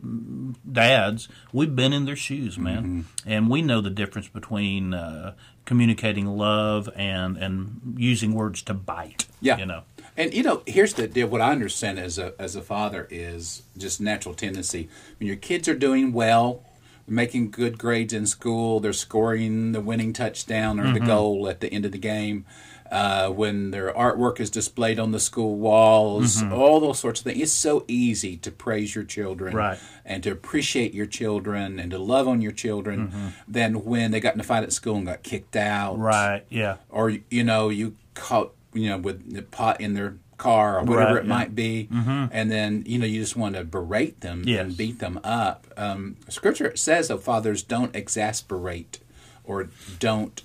Speaker 2: dads, we've been in their shoes, man,
Speaker 1: Mm-hmm.
Speaker 2: and we know the difference between uh, communicating love and and using words to bite.
Speaker 1: Yeah.
Speaker 2: you know.
Speaker 1: And you know, here's the deal. What I understand as a as a father is just natural tendency. When your kids are doing well, making good grades in school, they're scoring the winning touchdown or the
Speaker 2: Mm-hmm.
Speaker 1: goal at the end of the game. Uh, when their artwork is displayed on the school walls,
Speaker 2: Mm-hmm.
Speaker 1: all those sorts of things. It's so easy to praise your children
Speaker 2: Right.
Speaker 1: and to appreciate your children and to love on your children than when they got in a fight at school and got kicked out
Speaker 2: Mm-hmm. Right. Yeah.
Speaker 1: or you know you caught you know with the pot in their car or whatever it
Speaker 2: Right, yeah. Mm-hmm.
Speaker 1: might be and then you know you just want to berate them
Speaker 2: Yes.
Speaker 1: and beat them up um, scripture says though fathers don't exasperate or don't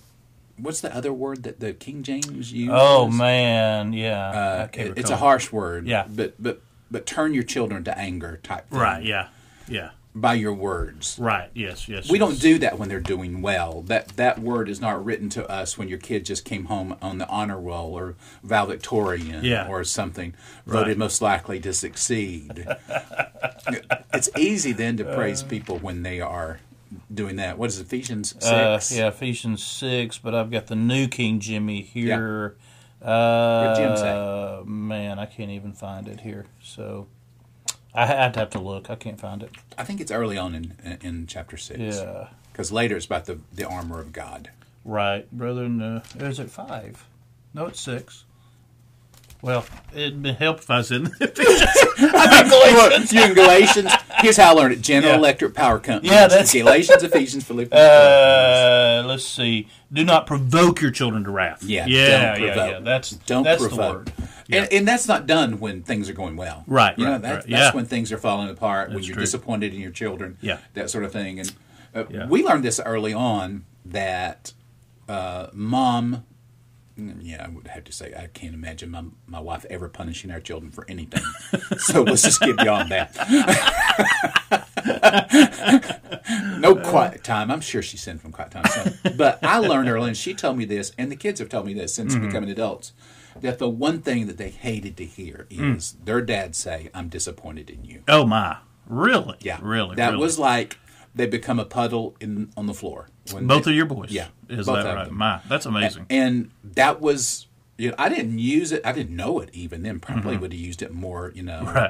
Speaker 1: what's the other word that the king james uses
Speaker 2: Oh man. Yeah. I can't
Speaker 1: Uh, It- it's a
Speaker 2: recall.
Speaker 1: harsh word
Speaker 2: Yeah.
Speaker 1: but but but turn your children to anger type thing
Speaker 2: Right. Yeah. Yeah.
Speaker 1: by your words
Speaker 2: Right. Yes. Yes.
Speaker 1: we
Speaker 2: yes.
Speaker 1: don't do that when they're doing well. That that word is not written to us when your kid just came home on the honor roll or valedictorian
Speaker 2: Yeah.
Speaker 1: or something, voted most likely to succeed. it's easy then to
Speaker 2: Uh.
Speaker 1: praise people when they are doing that. What is it, Ephesians six?
Speaker 2: Uh, yeah, Ephesians six, but I've got the new King Jimmy here.
Speaker 1: What
Speaker 2: Uh,
Speaker 1: did Jim say?
Speaker 2: Man, I can't even find it here. So I had to have to look. I can't find it.
Speaker 1: I think it's early on in in chapter six.
Speaker 2: Yeah,
Speaker 1: Because later it's about the, the armor of God.
Speaker 2: right, brethren. Uh, is it five? No, it's six. Well, it'd be help if I was in
Speaker 1: Galatians. you in Galatians. Here's how I learned it. General
Speaker 2: Yeah.
Speaker 1: Electric Power Company.
Speaker 2: Yeah, that's-
Speaker 1: Galatians, Ephesians, Philippians.
Speaker 2: Uh, let's see. Do not provoke your children to wrath.
Speaker 1: Yeah,
Speaker 2: yeah,
Speaker 1: don't
Speaker 2: yeah,
Speaker 1: provoke.
Speaker 2: yeah. That's
Speaker 1: don't
Speaker 2: that's the
Speaker 1: provoke.
Speaker 2: word. Yeah.
Speaker 1: And, and that's not done when things are going well,
Speaker 2: Right,
Speaker 1: You know,
Speaker 2: right,
Speaker 1: that,
Speaker 2: right,
Speaker 1: that's
Speaker 2: yeah.
Speaker 1: when things are falling apart. when
Speaker 2: That's
Speaker 1: you're
Speaker 2: true.
Speaker 1: disappointed in your children,
Speaker 2: Yeah.
Speaker 1: that sort of thing. And uh,
Speaker 2: Yeah.
Speaker 1: we learned this early on that uh, mom. mm, Yeah, I would have to say I can't imagine my my wife ever punishing our children for anything. so let's just get beyond that. no
Speaker 2: Uh,
Speaker 1: quiet time. I'm sure she sent from quiet time. So. But I learned early, and she told me this, and the kids have told me this since
Speaker 2: Mm-hmm.
Speaker 1: becoming adults, that the one thing that they hated to hear is
Speaker 2: Mm.
Speaker 1: their dad say, "I'm disappointed in you."
Speaker 2: Oh my, really?
Speaker 1: Yeah,
Speaker 2: really.
Speaker 1: That
Speaker 2: really.
Speaker 1: was like they become a puddle in on the floor. When
Speaker 2: Both
Speaker 1: they-
Speaker 2: of your boys.
Speaker 1: Yeah,
Speaker 2: Is
Speaker 1: both
Speaker 2: that
Speaker 1: of
Speaker 2: right?
Speaker 1: them.
Speaker 2: My, that's amazing.
Speaker 1: And that was, you know, I didn't use it. I didn't know it even then. Probably
Speaker 2: Mm-hmm.
Speaker 1: would have used it more, you know,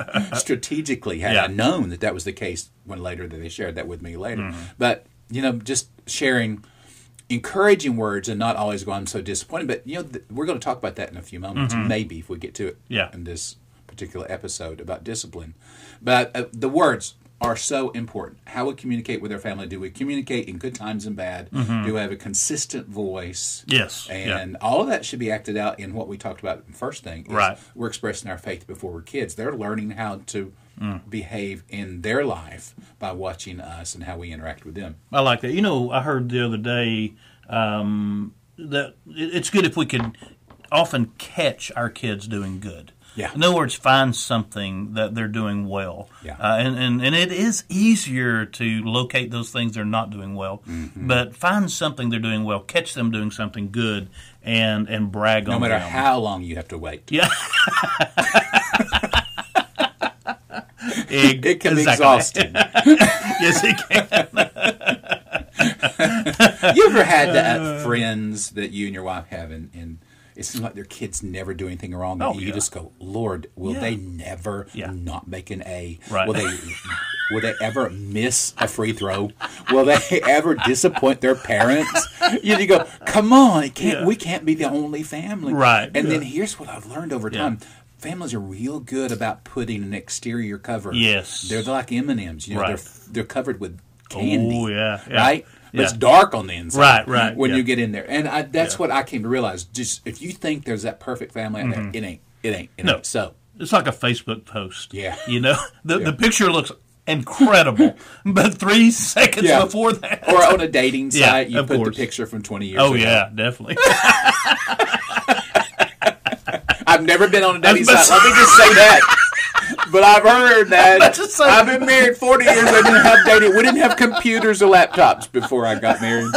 Speaker 1: strategically had I
Speaker 2: Yeah.
Speaker 1: known that that was the case when later that they shared that with me later.
Speaker 2: Mm-hmm.
Speaker 1: But, you know, just sharing encouraging words and not always go, I'm so disappointed. But, you know, th- we're going to talk about that in a few moments, maybe if we get to it
Speaker 2: Mm-hmm. Yeah.
Speaker 1: in this particular episode about discipline. But uh, the words are so important. How we communicate with our family. Do we communicate in good times and bad? Do we have a consistent voice?
Speaker 2: Yes, Mm-hmm. yeah.
Speaker 1: And all of that should be acted out in what we talked about first thing. Is
Speaker 2: Right.
Speaker 1: We're expressing our faith before we're kids. They're learning how to
Speaker 2: Mm.
Speaker 1: behave in their life by watching us and how we interact with them.
Speaker 2: I like that. You know, I heard the other day um, that it- it's good if we could often catch our kids doing good.
Speaker 1: Yeah.
Speaker 2: In other words, find something that they're doing well.
Speaker 1: Yeah.
Speaker 2: Uh, and, and, and it is easier to locate those things they're not doing well,
Speaker 1: Mm-hmm.
Speaker 2: but find something they're doing well, catch them doing something good, and, and brag
Speaker 1: No
Speaker 2: on
Speaker 1: matter
Speaker 2: them.
Speaker 1: how long you have to wait.
Speaker 2: yeah. Eg-
Speaker 1: It can be
Speaker 2: exactly.
Speaker 1: exhausting.
Speaker 2: Yes, it can.
Speaker 1: you ever had that friends that you and your wife have and, and it seems like their kids never do anything wrong.
Speaker 2: Oh,
Speaker 1: and you
Speaker 2: yeah.
Speaker 1: just go, Lord, will
Speaker 2: Yeah.
Speaker 1: they never
Speaker 2: Yeah.
Speaker 1: not make an A?
Speaker 2: Right.
Speaker 1: Will they Will they ever miss a free throw? Will they ever disappoint their parents? You, know, you go, come on, it can't,
Speaker 2: Yeah.
Speaker 1: we can't be the only family.
Speaker 2: Right,
Speaker 1: And then
Speaker 2: yeah.
Speaker 1: here's what I've learned over time. Families are real good about putting an exterior cover.
Speaker 2: Yes.
Speaker 1: They're like M&Ms. You know,
Speaker 2: Right.
Speaker 1: they're, they're covered with candy.
Speaker 2: Oh, yeah, yeah.
Speaker 1: Right? But It's
Speaker 2: Yeah.
Speaker 1: dark on the inside.
Speaker 2: Right, right,
Speaker 1: When
Speaker 2: yeah.
Speaker 1: you get in there. And I, that's
Speaker 2: Yeah.
Speaker 1: what I came to realize. Just if you think there's that perfect family out there, it ain't. It ain't. It
Speaker 2: Mm-hmm. No.
Speaker 1: ain't. So,
Speaker 2: It's like a Facebook post.
Speaker 1: Yeah.
Speaker 2: You know, the, the picture looks incredible, but three seconds
Speaker 1: Yeah.
Speaker 2: before that.
Speaker 1: or on a dating
Speaker 2: Yeah,
Speaker 1: site, you
Speaker 2: of
Speaker 1: put
Speaker 2: course.
Speaker 1: the picture from 20 years
Speaker 2: Oh,
Speaker 1: ago.
Speaker 2: yeah, definitely.
Speaker 1: I've never been on a dating
Speaker 2: That's-
Speaker 1: site. Let me just say that. But I've heard that.
Speaker 2: That's just so-
Speaker 1: I've been married 40 years. I didn't have dating. We didn't have computers or laptops before I got married.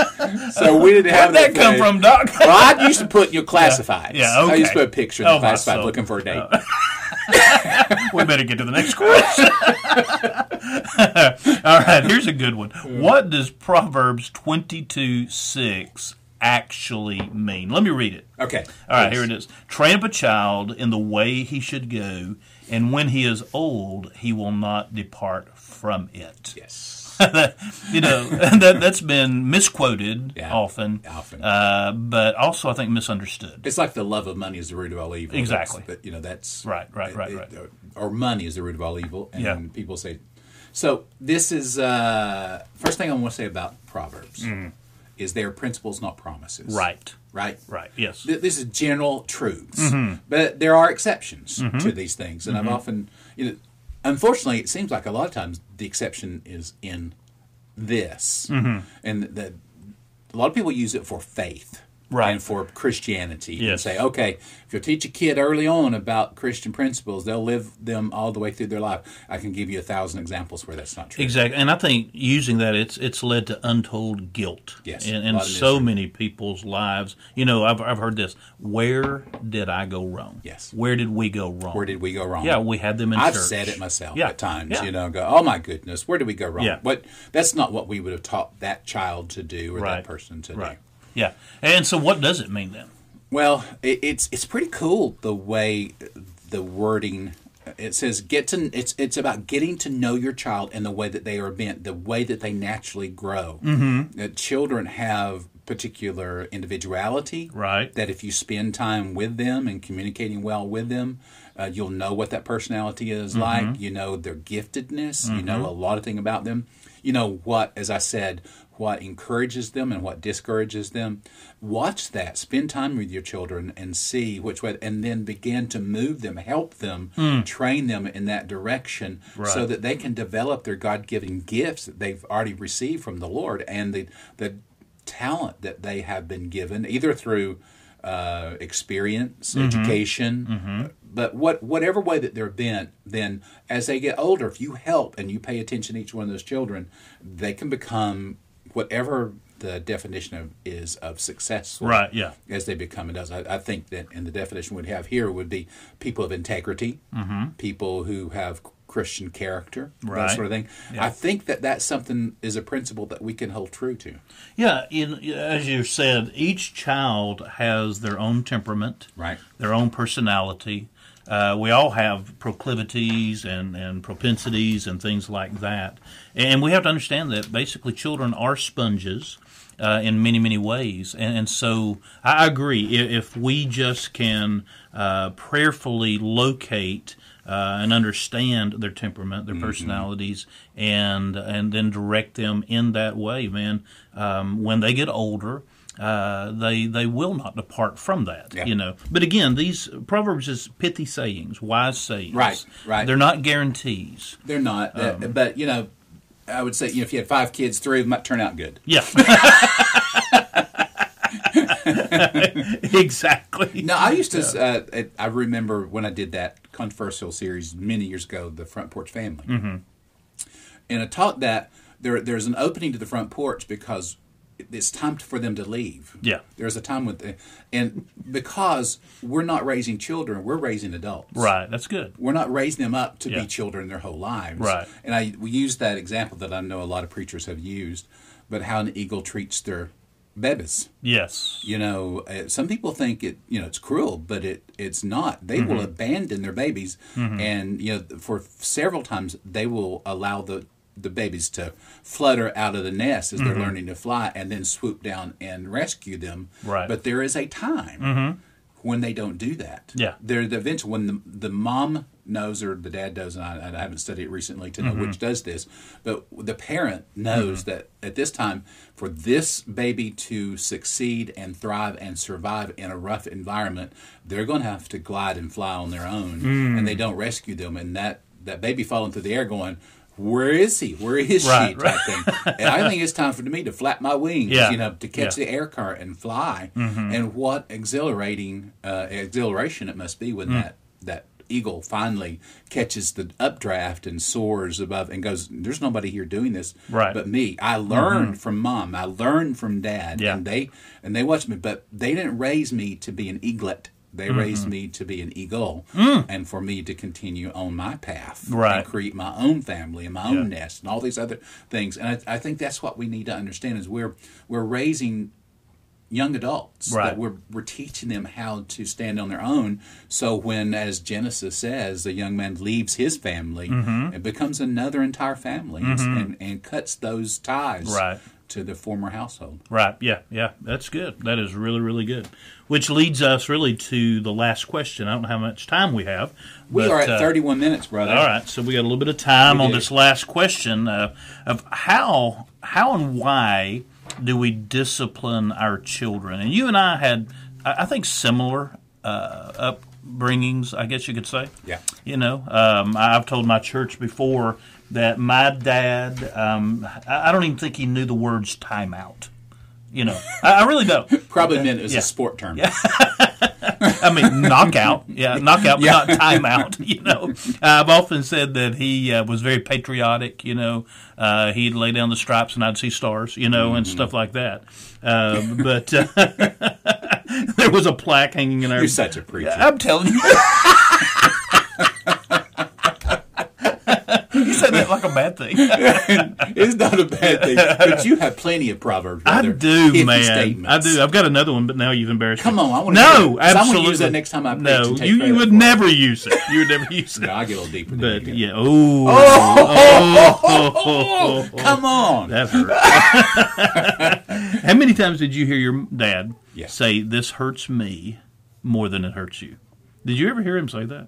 Speaker 1: So we didn't have
Speaker 2: Where'd that come
Speaker 1: thing.
Speaker 2: from, Doc?
Speaker 1: Well, I used to put in your classifieds.
Speaker 2: Yeah, okay.
Speaker 1: I used to put a picture in the
Speaker 2: Oh, my
Speaker 1: classified
Speaker 2: soul. Oh.
Speaker 1: looking for a date.
Speaker 2: we better get to the next question. All right, here's a good one. What does Proverbs 22 6 actually mean? Let me read it.
Speaker 1: Okay.
Speaker 2: All right, here it is. Train up a child in the way he should go, and when he is old, he will not depart from it.
Speaker 1: Yes.
Speaker 2: You know, that, that's been misquoted
Speaker 1: Yeah,
Speaker 2: often,
Speaker 1: often.
Speaker 2: Uh, but also I think misunderstood.
Speaker 1: It's like the love of money is the root of all evil.
Speaker 2: Exactly.
Speaker 1: That's, but, you know, that's
Speaker 2: Right, right, right,
Speaker 1: it-
Speaker 2: right.
Speaker 1: or- Or money is the root of all evil. And
Speaker 2: Yeah.
Speaker 1: people say, so this is uh, first thing I want to say about proverbs is they are principles, not promises.
Speaker 2: Mm. Right,
Speaker 1: Right.
Speaker 2: right, yes.
Speaker 1: Th- this is general truths,
Speaker 2: Mm-hmm.
Speaker 1: but there are exceptions to these things, and I've often, you know, unfortunately, it seems like a lot of times the exception is in this,
Speaker 2: Mm-hmm.
Speaker 1: and that a lot of people use it for faith.
Speaker 2: Right.
Speaker 1: And for Christianity. And
Speaker 2: Yes.
Speaker 1: say, okay, if you teach a kid early on about Christian principles, they'll live them all the way through their life. I can give you a thousand examples where that's not true.
Speaker 2: Exactly, and I think using that it's it's led to untold guilt.
Speaker 1: Yes,
Speaker 2: in,
Speaker 1: a
Speaker 2: in
Speaker 1: lot of
Speaker 2: so
Speaker 1: misery.
Speaker 2: many people's lives. You know, I've I've heard this. Where did I go wrong?
Speaker 1: Yes.
Speaker 2: Where did we go wrong?
Speaker 1: Where did we go wrong?
Speaker 2: Yeah, we had them in.
Speaker 1: I've
Speaker 2: church.
Speaker 1: said it myself
Speaker 2: Yeah,
Speaker 1: at times,
Speaker 2: yeah.
Speaker 1: you know, go, oh my goodness, where did we go wrong?
Speaker 2: Yeah.
Speaker 1: But that's not what we would have taught that child to do or
Speaker 2: Right.
Speaker 1: that person to
Speaker 2: Right.
Speaker 1: do.
Speaker 2: Yeah, and so what does it mean then?
Speaker 1: Well, it, it's it's pretty cool the way the wording it says get to it's it's about getting to know your child and the way that they are bent, the way that they naturally grow. Mm-hmm. children have particular individuality,
Speaker 2: Right.
Speaker 1: That if you spend time with them and communicating well with them, uh, you'll know what that personality is like. You know their giftedness. You know a lot of thing about them. You know what, as I said, what encourages them and what discourages them. Watch that. Spend time with your children and see which way, and then begin to move them, help them, train them in that direction, so
Speaker 2: Right.
Speaker 1: that they can develop their God-given gifts that they've already received from the Lord and the the talent that they have been given, either through uh, experience,
Speaker 2: Mm-hmm.
Speaker 1: education, but what whatever way that they're bent, then as they get older, if you help and you pay attention to each one of those children, they can become whatever the definition of is of successful
Speaker 2: Right. Yeah.
Speaker 1: as they become adults. I, I think that, and the definition we'd have here would be people of integrity, people who have Christian character,
Speaker 2: Mm-hmm. Right.
Speaker 1: that sort of thing. I think that that's something is a principle that we can hold true to.
Speaker 2: Yeah, in, as you said, each child has their own temperament,
Speaker 1: Right.
Speaker 2: Their own personality. Uh, we all have proclivities and, and propensities and things like that, and we have to understand that basically children are sponges uh, in many many ways, and, and so I agree. If, if we just can uh, prayerfully locate uh, and understand their temperament, their personalities, and and then direct them in that way, man. Um, when they get older, uh, they they will not depart from that,
Speaker 1: Yeah.
Speaker 2: you know. But again, these proverbs is pithy sayings, wise sayings.
Speaker 1: Right, right.
Speaker 2: They're not guarantees.
Speaker 1: They're not, that- but you know, I would say you know if you had five kids, three of them might turn out good.
Speaker 2: Yeah. exactly.
Speaker 1: No, I used to. Uh, it- I remember when I did that controversial series many years ago, the Front Porch Family, and I taught that there there's an opening to the front porch because it's time for them to leave.
Speaker 2: Yeah.
Speaker 1: there's a time with, and because we're not raising children, we're raising adults.
Speaker 2: Right. That's good.
Speaker 1: We're not raising them up to
Speaker 2: Yeah.
Speaker 1: be children their whole lives.
Speaker 2: Right.
Speaker 1: And I we use that example that I know a lot of preachers have used, but how an eagle treats their babies
Speaker 2: Yes.
Speaker 1: you know uh, some people think it you know it's cruel but it it's not they
Speaker 2: Mm-hmm.
Speaker 1: will abandon their babies and you know for several times they will allow the the babies to flutter out of the nest as they're
Speaker 2: Mm-hmm.
Speaker 1: learning to fly, and then swoop down and rescue them.
Speaker 2: Right. Mm-hmm.
Speaker 1: But there is a time when they don't do that.
Speaker 2: Yeah.
Speaker 1: They're the eventually when the the mom knows or the dad knows, and I, and I haven't studied it recently to know
Speaker 2: Mm-hmm.
Speaker 1: which does this, but the parent knows that at this time for this baby to succeed and thrive and survive in a rough environment, they're going to have to glide and fly on their own, and
Speaker 2: Mm.
Speaker 1: they don't rescue them, and that that baby falling through the air going. Where is he? Where is she?
Speaker 2: Right,
Speaker 1: Type thing. And I think it's time for me to flap my wings,
Speaker 2: Yeah.
Speaker 1: you know, to catch
Speaker 2: Yeah.
Speaker 1: the air current and fly.
Speaker 2: Mm-hmm.
Speaker 1: And what exhilarating uh, exhilaration it must be
Speaker 2: Mm.
Speaker 1: when that that eagle finally catches the updraft and soars above and goes. There's nobody here doing this,
Speaker 2: Right. Mm-hmm.
Speaker 1: But me. I learned from mom. I learned from dad.
Speaker 2: Yeah.
Speaker 1: And they and they watched me, but they didn't raise me to be an eaglet. They
Speaker 2: Mm-hmm.
Speaker 1: raised me to be an eagle, and for me to continue on my path,
Speaker 2: Mm. Right.
Speaker 1: And create my own family and my own nest and all these other things. And I, I think that's what we need to understand is we're we're raising young adults
Speaker 2: Right.
Speaker 1: that we're we're teaching them how to stand on their own. So when, as Genesis says, the young man leaves his family
Speaker 2: Mm-hmm.
Speaker 1: and becomes another entire family and- and, and cuts those ties
Speaker 2: Right.
Speaker 1: to the former household.
Speaker 2: Right. Yeah. Yeah. That's good. That is really, really good. Which leads us really to the last question. I don't know how much time we have.
Speaker 1: We
Speaker 2: but,
Speaker 1: are at
Speaker 2: uh,
Speaker 1: 31 minutes, brother.
Speaker 2: All right. So we got a little bit of time
Speaker 1: We
Speaker 2: on
Speaker 1: do.
Speaker 2: this last question uh, of how, how, and why do we discipline our children? And you and I had, I I think, similar uh, upbringings. I guess you could say.
Speaker 1: Yeah.
Speaker 2: You know, um, I- I've told my church before that my dad, um, I I don't even think he knew the words timeout. You know, I, I really don't.
Speaker 1: Probably meant it was
Speaker 2: Yeah.
Speaker 1: a sport term.
Speaker 2: I mean, knockout. Yeah, knockout, but not timeout. You know, I've often said that he uh, was very patriotic. You know, uh, he'd lay down the stripes and I'd see stars. You know,
Speaker 1: Mm-hmm.
Speaker 2: and stuff like that. Um, but uh, there was a plaque hanging in our.
Speaker 1: You're such a preacher.
Speaker 2: I'm telling you. you said that like a bad thing.
Speaker 1: It's not a bad thing, but you have plenty of proverbs.
Speaker 2: I
Speaker 1: brother.
Speaker 2: do,
Speaker 1: Pithy
Speaker 2: man.
Speaker 1: statements.
Speaker 2: I do. I've got another one, but now you've embarrassed
Speaker 1: Come
Speaker 2: me.
Speaker 1: on, I wanna hear it,
Speaker 2: No,
Speaker 1: 'cause I wanna use
Speaker 2: absolutely.
Speaker 1: that next time I preach
Speaker 2: No,
Speaker 1: and take
Speaker 2: you,
Speaker 1: credit
Speaker 2: you would
Speaker 1: for it.
Speaker 2: never use it. You would never use it.
Speaker 1: No, I get a little deeper. than
Speaker 2: But
Speaker 1: you do.
Speaker 2: yeah, oh,
Speaker 1: Oh, come on.
Speaker 2: that hurt. How many times did you hear your dad
Speaker 1: Yeah.
Speaker 2: say, "This hurts me more than it hurts you"? Did you ever hear him say that?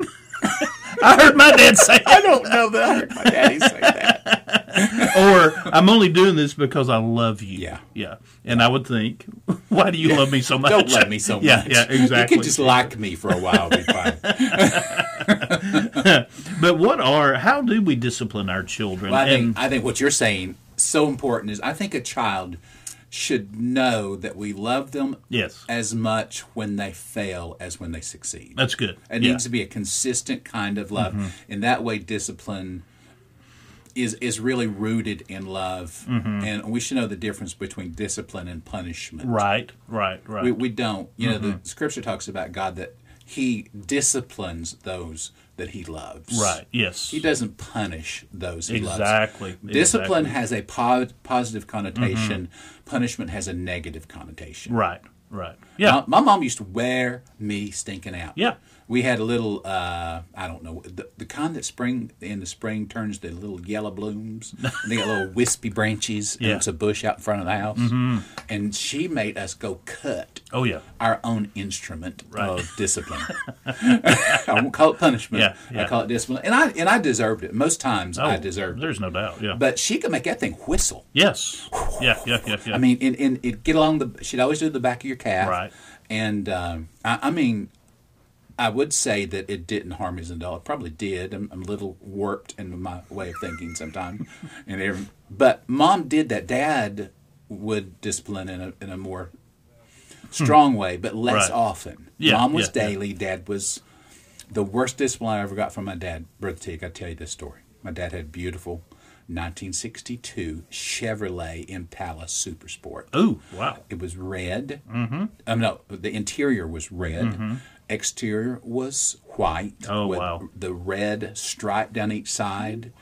Speaker 2: I heard my dad say it.
Speaker 1: I don't know that I heard my daddy say that.
Speaker 2: or I'm only doing this because I love you.
Speaker 1: Yeah.
Speaker 2: yeah. And I would think, why do you love me so much?
Speaker 1: Don't love me so
Speaker 2: yeah,
Speaker 1: much.
Speaker 2: yeah, exactly.
Speaker 1: You can just like me for a while. Be fine.
Speaker 2: But what are? How do we discipline our children?
Speaker 1: Well, I
Speaker 2: And-
Speaker 1: think I think what you're saying so important is I think a child should know that we love them
Speaker 2: yes,
Speaker 1: as much when they fail as when they succeed.
Speaker 2: that's good.
Speaker 1: It
Speaker 2: yeah. Mm-hmm.
Speaker 1: needs to be a consistent kind of love. And that way, discipline is is really rooted in love.
Speaker 2: Mm-hmm.
Speaker 1: And we should know the difference between discipline and punishment.
Speaker 2: right, right, right.
Speaker 1: We, we don't. You know,
Speaker 2: Mm-hmm.
Speaker 1: the scripture talks about God that He disciplines those that He loves.
Speaker 2: right. Yes.
Speaker 1: He doesn't punish those He loves.
Speaker 2: Exactly.
Speaker 1: Discipline
Speaker 2: Exactly. Mm-hmm.
Speaker 1: has a po- positive connotation. Punishment has a negative connotation.
Speaker 2: Right. Right. Yeah.
Speaker 1: My, my mom used to wear me stinking out.
Speaker 2: Yeah.
Speaker 1: We had a little, uh, I don't know, the, the kind that spring in the spring turns to little yellow blooms. and they got little wispy branches.
Speaker 2: Yeah. Mm-hmm.
Speaker 1: And it's a bush out in front of the house. And she made us go cut
Speaker 2: oh yeah.
Speaker 1: our own instrument
Speaker 2: Right.
Speaker 1: of discipline. I won't call it punishment.
Speaker 2: Yeah, yeah.
Speaker 1: I call it discipline. And I and I deserved it. Most times I
Speaker 2: Oh,
Speaker 1: deserved it.
Speaker 2: There's no doubt. Yeah.
Speaker 1: But she could make that thing whistle.
Speaker 2: yes. Yeah. Yeah. Yeah. Yeah.
Speaker 1: I mean, and, and it get along the. She'd always do the back of your calf.
Speaker 2: Right.
Speaker 1: And um, I, I mean, I would say that it didn't harm his adult. It probably did. I'm, I'm a little warped in my way of thinking sometimes. and every, but mom did that. Dad would discipline in a in a more strong way, but less
Speaker 2: Hmm. Right.
Speaker 1: often.
Speaker 2: Yeah,
Speaker 1: mom was
Speaker 2: yeah, yeah.
Speaker 1: daily. Dad was the worst discipline I ever got from my dad, Brother T, I gotta tell you this story. My dad had a beautiful 1962 Chevrolet Impala Super Sport.
Speaker 2: Ooh. Wow.
Speaker 1: It was red. Mm-hmm. Um, no, the interior was red. Exterior was white.
Speaker 2: Oh,
Speaker 1: with
Speaker 2: wow.
Speaker 1: The red stripe down each side.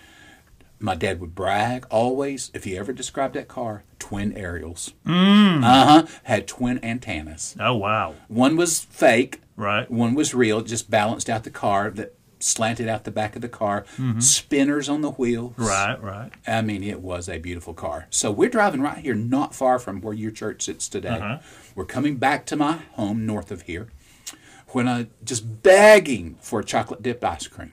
Speaker 1: My dad would brag always, if he ever described that car, twin aerials. Mm. Uh huh. Had twin antennas.
Speaker 2: Oh wow.
Speaker 1: One was fake.
Speaker 2: Right.
Speaker 1: One was real, just balanced out the car that slanted out the back of the car, spinners on the wheels.
Speaker 2: Mm-hmm. Right, right.
Speaker 1: I mean, it was a beautiful car. So we're driving right here, not far from where your church sits today.
Speaker 2: Uh-huh.
Speaker 1: We're coming back to my home north of here when I just begging for chocolate dipped ice cream.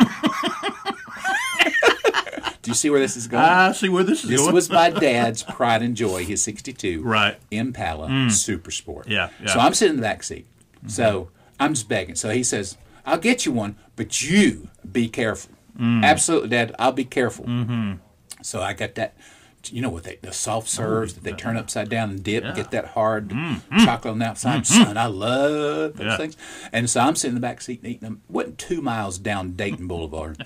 Speaker 1: Do you see where this is going?
Speaker 2: I see where this is
Speaker 1: Oh. this
Speaker 2: going.
Speaker 1: was my dad's pride and joy, his 62
Speaker 2: Right. Mm.
Speaker 1: Impala Super Sport.
Speaker 2: Yeah, yeah. Mm-hmm.
Speaker 1: So I'm sitting in the back seat. So I'm just begging. So he says, I'll get you one, but you be careful.
Speaker 2: Mm.
Speaker 1: Absolutely, Dad, I'll be careful.
Speaker 2: Mm-hmm.
Speaker 1: So I got that. You know what they the soft serves that they turn upside down and dip, and get that hard chocolate on the outside. Son, I love those
Speaker 2: Mm-hmm. Yeah.
Speaker 1: things. And so I'm sitting in the back seat and eating them. Wasn't two miles down Dayton Boulevard.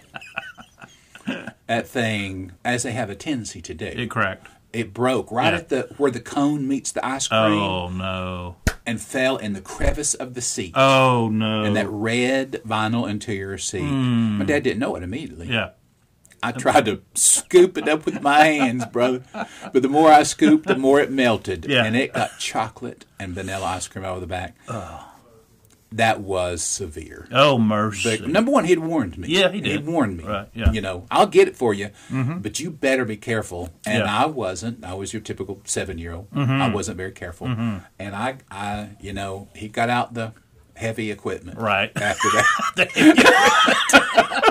Speaker 1: that thing, as they have a tendency to do,
Speaker 2: it cracked.
Speaker 1: it broke right
Speaker 2: Yeah.
Speaker 1: at the where the cone meets the ice cream
Speaker 2: Oh no.
Speaker 1: and fell in the crevice of the seat.
Speaker 2: Oh no.
Speaker 1: and that red vinyl interior seat. My dad didn't know it immediately.
Speaker 2: Hmm. yeah.
Speaker 1: I tried to scoop it up with my hands, brother. But the more I scooped, the more it melted.
Speaker 2: Yeah.
Speaker 1: And it got chocolate and vanilla ice cream out of the back. That was severe.
Speaker 2: Oh mercy.
Speaker 1: But number one, he had warned me.
Speaker 2: Yeah, he did.
Speaker 1: He'd warned me.
Speaker 2: Right, yeah. Mm-hmm.
Speaker 1: You know, I'll get it for you, but you better be careful. And
Speaker 2: Yeah. Mm-hmm.
Speaker 1: I wasn't. I was your typical seven-year-old. I wasn't very careful. And I, I, you know, he got out the heavy equipment.
Speaker 2: Right.
Speaker 1: After that.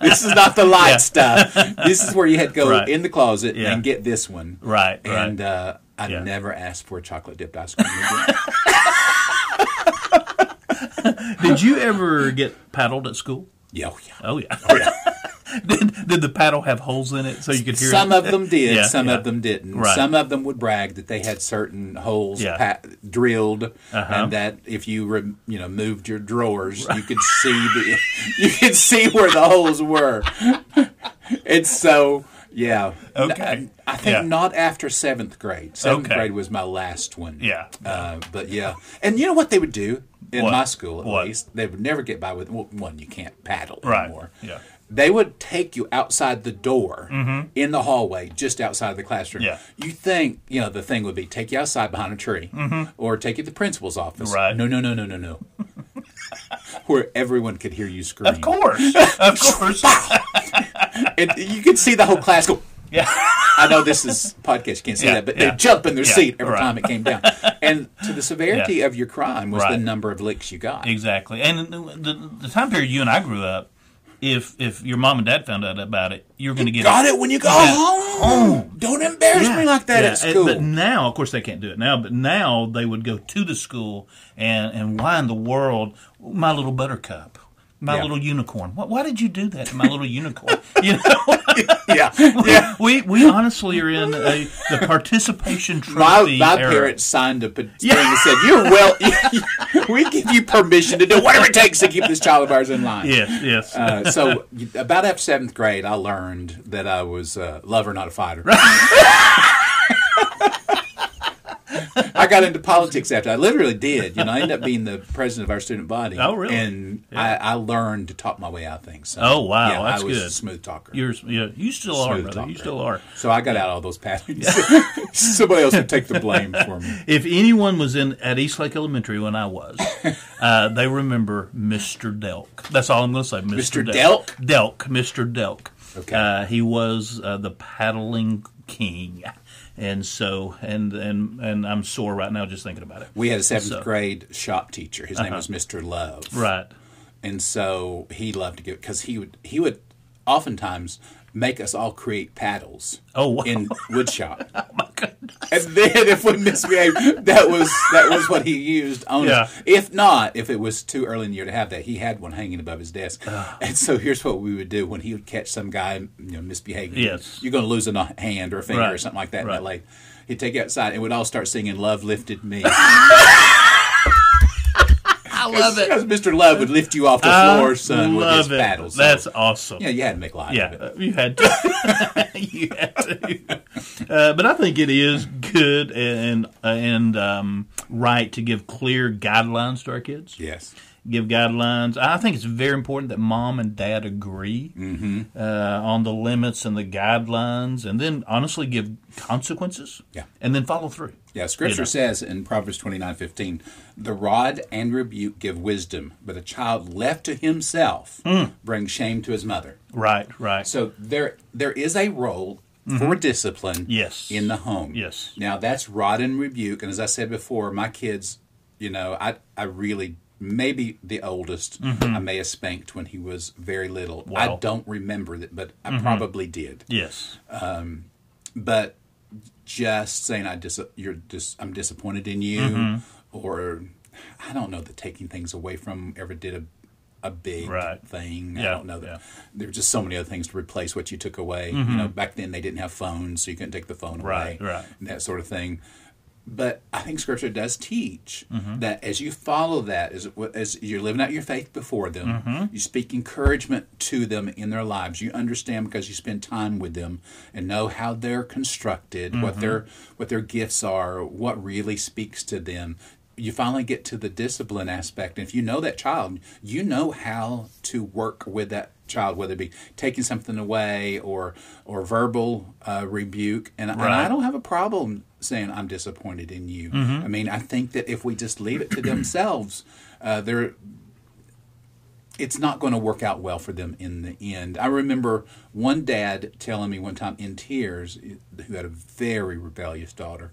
Speaker 1: this is not the light stuff. This is where you had to go
Speaker 2: Right.
Speaker 1: in the closet
Speaker 2: Yeah.
Speaker 1: and get this one.
Speaker 2: Right, right.
Speaker 1: And uh, I
Speaker 2: Yeah.
Speaker 1: never asked for a chocolate dipped ice cream. again. uh,
Speaker 2: Did you ever get paddled at school?
Speaker 1: yeah, oh, yeah.
Speaker 2: Oh yeah. did, did the paddle have holes in it so you could hear
Speaker 1: some
Speaker 2: it?
Speaker 1: of them did,
Speaker 2: Yeah,
Speaker 1: some
Speaker 2: yeah.
Speaker 1: of them didn't.
Speaker 2: Right.
Speaker 1: Some of them would brag that they had certain holes
Speaker 2: Yeah. Uh-huh.
Speaker 1: pa- drilled, and that if you re- you know moved your drawers, you could see the you could see where the holes were. It's so yeah. N-
Speaker 2: Okay.
Speaker 1: I think
Speaker 2: Yeah.
Speaker 1: not after seventh grade. Seventh
Speaker 2: Okay.
Speaker 1: grade was my last one.
Speaker 2: Yeah.
Speaker 1: Uh, but yeah, and you know what they would do in
Speaker 2: What?
Speaker 1: my school at
Speaker 2: What?
Speaker 1: least? They would never get by with well, one. You can't paddle
Speaker 2: Right.
Speaker 1: anymore
Speaker 2: Yeah. Mm-hmm.
Speaker 1: they would take you outside the door in the hallway, just outside the classroom.
Speaker 2: Yeah.
Speaker 1: You think, you know, the thing would be take you outside behind a tree or take you to the principal's office.
Speaker 2: Mm-hmm. Right.
Speaker 1: No, no, no, no, no, no. Where everyone could hear you scream.
Speaker 2: Of course. Of course.
Speaker 1: And you could see the whole class go,
Speaker 2: yeah.
Speaker 1: I know this is podcast, you can't see
Speaker 2: Yeah,
Speaker 1: that, but
Speaker 2: yeah.
Speaker 1: they'd jump in their
Speaker 2: Yeah,
Speaker 1: seat every
Speaker 2: right.
Speaker 1: time it came down. And to the severity of your crime was the
Speaker 2: Right.
Speaker 1: number of licks you got.
Speaker 2: Exactly. And the, the, the time period you and I grew up, if if your mom and dad found out about it, you're going to get
Speaker 1: Got it when you go
Speaker 2: Yeah.
Speaker 1: home. Don't embarrass me like that
Speaker 2: Yeah,
Speaker 1: at
Speaker 2: and-
Speaker 1: school.
Speaker 2: But now, of course, they can't do it now. But now they would go to the school and and why in the world, my little buttercup, my
Speaker 1: Yeah.
Speaker 2: little unicorn? Why, why did you do that to my little unicorn? You know,
Speaker 1: yeah. Yeah.
Speaker 2: we we honestly are in a, the participation
Speaker 1: My,
Speaker 2: trophy
Speaker 1: my
Speaker 2: era.
Speaker 1: parents signed a pet- thing that said, "You're well. we give you permission to do whatever it takes to keep this child of ours in line."
Speaker 2: Yes, yes.
Speaker 1: Uh, so about after seventh grade, I learned that I was a lover, not a fighter. I got into politics after I literally did. You know, I ended up being the president of our student body.
Speaker 2: Oh, really?
Speaker 1: And I, I learned to talk my way out of things. So,
Speaker 2: Oh, wow,
Speaker 1: yeah,
Speaker 2: that's
Speaker 1: I was
Speaker 2: good.
Speaker 1: a smooth talker.
Speaker 2: You're, yeah, you still are,
Speaker 1: Smooth
Speaker 2: brother. You
Speaker 1: talker.
Speaker 2: still are.
Speaker 1: so I got out all those patterns. Somebody else would take the blame for me.
Speaker 2: If anyone was in at East Lake Elementary when I was, uh, they remember Mr. Delk. That's all I'm going to say. Mr.
Speaker 1: Mr.
Speaker 2: Delk. Mr. Delk.
Speaker 1: Okay.
Speaker 2: Uh, he was uh, the paddling king, and so and and and I'm sore right now just thinking about it.
Speaker 1: We had a seventh
Speaker 2: So- Uh-huh.
Speaker 1: grade shop teacher. His name was Mr. Love,
Speaker 2: Right.
Speaker 1: and so he loved to give because he would he would oftentimes make us all create paddles.
Speaker 2: Oh, wow.
Speaker 1: in wood shop. And then if we misbehaved, that was that was what he used on
Speaker 2: Yeah.
Speaker 1: us. If not, if it was too early in the year to have that, he had one hanging above his desk. And so here's what we would do when he would catch some guy you know misbehaving.
Speaker 2: Yes.
Speaker 1: you're going to lose a kn- hand or a finger or
Speaker 2: Right.
Speaker 1: something like that. in
Speaker 2: Right.
Speaker 1: that lake. He'd take you outside and we'd all start singing "Love Lifted Me."
Speaker 2: I love
Speaker 1: Because Mr. Love would lift you off the floor, son, with his paddles.
Speaker 2: That's awesome.
Speaker 1: yeah, you had to make light of
Speaker 2: Yeah,
Speaker 1: it.
Speaker 2: uh, you had to. you had to. Uh, but I think it is good and and um, right to give clear guidelines to our kids.
Speaker 1: Yes.
Speaker 2: give guidelines. I think it's very important that mom and dad agree
Speaker 1: Mm-hmm.
Speaker 2: uh, on the limits and the guidelines, and then honestly give consequences.
Speaker 1: Yeah.
Speaker 2: and then follow through.
Speaker 1: Yeah, scripture says in Proverbs twenty nine fifteen, the rod and rebuke give wisdom, but a child left to himself
Speaker 2: Hmm.
Speaker 1: brings shame to his mother.
Speaker 2: Right, right.
Speaker 1: So there there is a role for discipline
Speaker 2: Mm-hmm. Yes.
Speaker 1: in the home.
Speaker 2: Yes.
Speaker 1: Now that's rod and rebuke. And as I said before, my kids, you know, I I really maybe the oldest I may have spanked when he was very little. I
Speaker 2: Mm-hmm. Wow. Mm-hmm.
Speaker 1: don't remember that, but I probably did.
Speaker 2: yes,
Speaker 1: But just saying I dis you're dis I'm disappointed in you
Speaker 2: Mm-hmm.
Speaker 1: or I don't know that taking things away from 'em ever did a a big
Speaker 2: Right.
Speaker 1: thing. I
Speaker 2: Yeah,
Speaker 1: don't know that
Speaker 2: yeah. Mm-hmm.
Speaker 1: there were just so many other things to replace what you took away. You know, back then they didn't have phones, so you couldn't take the phone
Speaker 2: Right,
Speaker 1: away.
Speaker 2: right.
Speaker 1: And that sort of thing. But I think Scripture does teach that as you follow that, as, as you're living out your faith before them, you speak encouragement to them in their lives. You understand because you spend time with them and know how they're constructed, what their what their gifts are, what really speaks to them. You finally get to the discipline aspect, and if you know that child, you know how to work with that child, whether it be taking something away or or verbal uh, rebuke. And, and I
Speaker 2: Right.
Speaker 1: don't have a problem saying I'm disappointed in you. I mean, I think that if we just leave it to themselves, uh, they're it's not going to work out well for them in the end. I remember one dad telling me one time in tears, eh, who had a very rebellious daughter,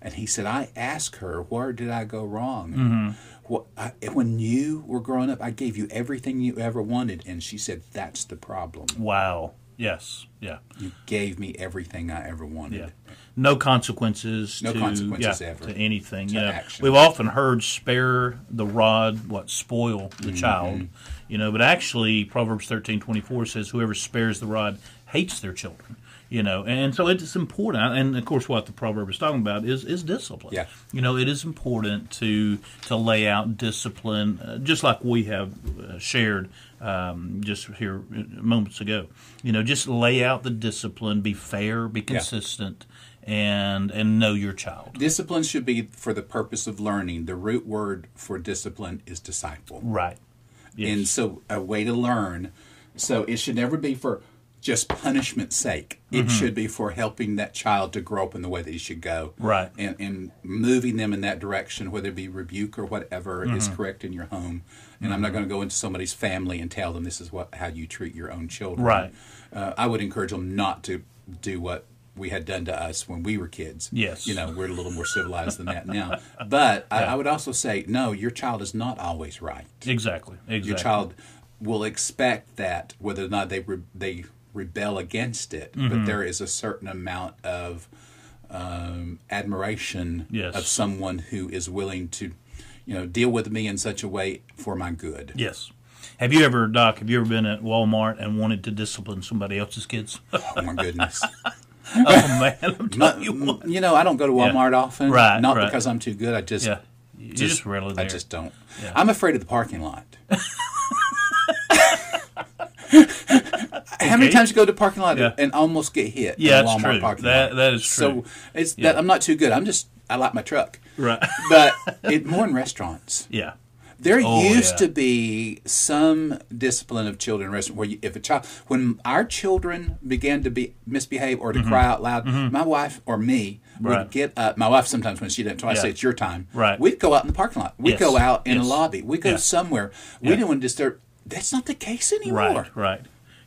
Speaker 1: and he said, "I asked her where did I go wrong? Wh- I, eh, when you were growing up, I gave you everything you ever wanted, and she said that's the problem.
Speaker 2: wow, yes, yeah,
Speaker 1: You gave me everything I ever wanted."
Speaker 2: yeah. No consequences.
Speaker 1: No
Speaker 2: to,
Speaker 1: consequences
Speaker 2: yeah,
Speaker 1: ever.
Speaker 2: to anything. yeah,
Speaker 1: action.
Speaker 2: we've often heard spare the rod, what spoil the
Speaker 1: Mm-hmm.
Speaker 2: child. You know, but actually, Proverbs thirteen twenty four says, "Whoever spares the rod hates their children." You know, and so it's important. And of course, what the proverb is talking about is is discipline.
Speaker 1: Yeah.
Speaker 2: You know, it is important to to lay out discipline, uh, just like we have uh, shared um, just here uh, moments ago. You know, just lay out the discipline, be fair, be consistent, and and know your child.
Speaker 1: Discipline should be for the purpose of learning. The root word for discipline is disciple.
Speaker 2: Right. Yes.
Speaker 1: And so, a way to learn. So, it should never be for just punishment's sake.
Speaker 2: Mm-hmm.
Speaker 1: It should be for helping that child to grow up in the way that he should go.
Speaker 2: Right.
Speaker 1: And, and moving them in that direction, whether it be rebuke or whatever is
Speaker 2: Mm-hmm.
Speaker 1: correct in your home. And I'm not going to go into somebody's family and tell them this is what how you treat your own children.
Speaker 2: Right.
Speaker 1: Uh, I would encourage them not to do what we had done to us when we were kids.
Speaker 2: Yes.
Speaker 1: You know, we're a little more civilized than that now. But I, I would also say, no, your child is not always right.
Speaker 2: Exactly. Exactly.
Speaker 1: Your child will expect that, whether or not they re- they rebel against it.
Speaker 2: Mm-hmm.
Speaker 1: But there is a certain amount of um, admiration
Speaker 2: Yes.
Speaker 1: of someone who is willing to, you know, deal with me in such a way for my good.
Speaker 2: Yes. Have you ever, Doc? Have you ever been at Walmart and wanted to discipline somebody else's kids?
Speaker 1: Oh my goodness.
Speaker 2: oh man, I'm telling you.
Speaker 1: Mm, you know, I don't go to Walmart often.
Speaker 2: Right,
Speaker 1: Not
Speaker 2: right.
Speaker 1: because I'm too good. I just,
Speaker 2: Yeah. You're just, rarely there.
Speaker 1: I just don't.
Speaker 2: Yeah.
Speaker 1: I'm afraid of the parking lot. How many
Speaker 2: Okay.
Speaker 1: times you go to the parking lot
Speaker 2: Yeah.
Speaker 1: and almost get hit? in
Speaker 2: Yeah,
Speaker 1: a
Speaker 2: that's
Speaker 1: Walmart
Speaker 2: true.
Speaker 1: Parking
Speaker 2: That-
Speaker 1: lot?
Speaker 2: that is
Speaker 1: So
Speaker 2: true.
Speaker 1: it's that I'm not too good. I'm just I like my truck,
Speaker 2: right.
Speaker 1: but it more in restaurants.
Speaker 2: yeah.
Speaker 1: There
Speaker 2: Oh,
Speaker 1: used
Speaker 2: yeah.
Speaker 1: to be some discipline of children in restaurant where you, if a child, when our children began to be misbehave or to cry out loud, my wife or me
Speaker 2: Mm-hmm. Right.
Speaker 1: would get up. My wife sometimes when she didn't, I
Speaker 2: Yeah.
Speaker 1: say it's your time.
Speaker 2: Right.
Speaker 1: We'd go out in the parking lot. We'd
Speaker 2: Yes.
Speaker 1: go out in
Speaker 2: Yes.
Speaker 1: the lobby. We'd go
Speaker 2: Yeah.
Speaker 1: somewhere. We didn't want to disturb. That's not the case
Speaker 2: Right.
Speaker 1: anymore.
Speaker 2: Right.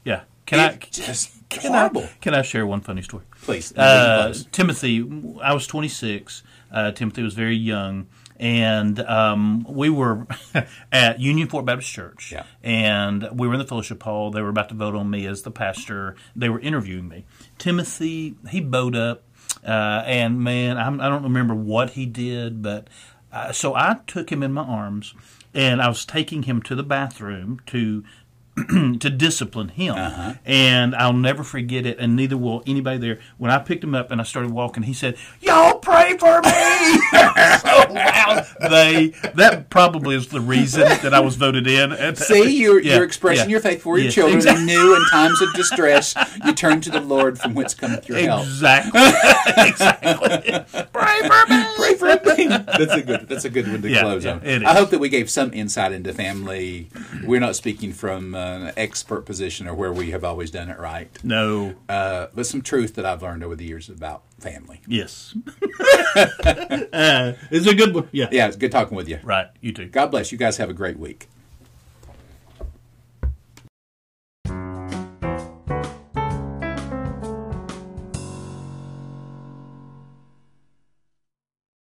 Speaker 2: Yeah. Can I?
Speaker 1: It's just
Speaker 2: Can
Speaker 1: horrible.
Speaker 2: I, can I share one funny story?
Speaker 1: Please,
Speaker 2: Uh,
Speaker 1: please.
Speaker 2: Timothy, I was 26. Uh, Timothy was very young. And um, we were at Union Fort Baptist Church.
Speaker 1: Yeah.
Speaker 2: And we were in the fellowship hall. They were about to vote on me as the pastor. They were interviewing me. Timothy, he bowed up. Uh, and man, I'm, I don't remember what he did, but uh, so I took him in my arms and I was taking him to the bathroom to to discipline him. And I'll never forget it, and neither will anybody there. When I picked him up and I started walking, he said, "Y'all pray for me!" so loud. They that probably is the reason that I was voted in. And- uh,
Speaker 1: See, you're,
Speaker 2: Yeah,
Speaker 1: you're expressing
Speaker 2: yeah.
Speaker 1: your faith for your
Speaker 2: Yeah,
Speaker 1: children.
Speaker 2: exactly.
Speaker 1: And new in times of distress, you turn to the Lord from whence cometh your help.
Speaker 2: Exactly. exactly. Pray for me.
Speaker 1: Pray for me. That's a good. That's a good one to
Speaker 2: Yeah,
Speaker 1: close
Speaker 2: yeah,
Speaker 1: on.
Speaker 2: it
Speaker 1: I
Speaker 2: is.
Speaker 1: hope that we gave some insight into family. We're not speaking from an expert position or where we have always done it right,
Speaker 2: No.
Speaker 1: uh, but some truth that I've learned over the years about family.
Speaker 2: Yes. uh, it's a good one. Yeah.
Speaker 1: Yeah, it's good talking with you.
Speaker 2: Right. You too.
Speaker 1: God bless you guys. Have a great week.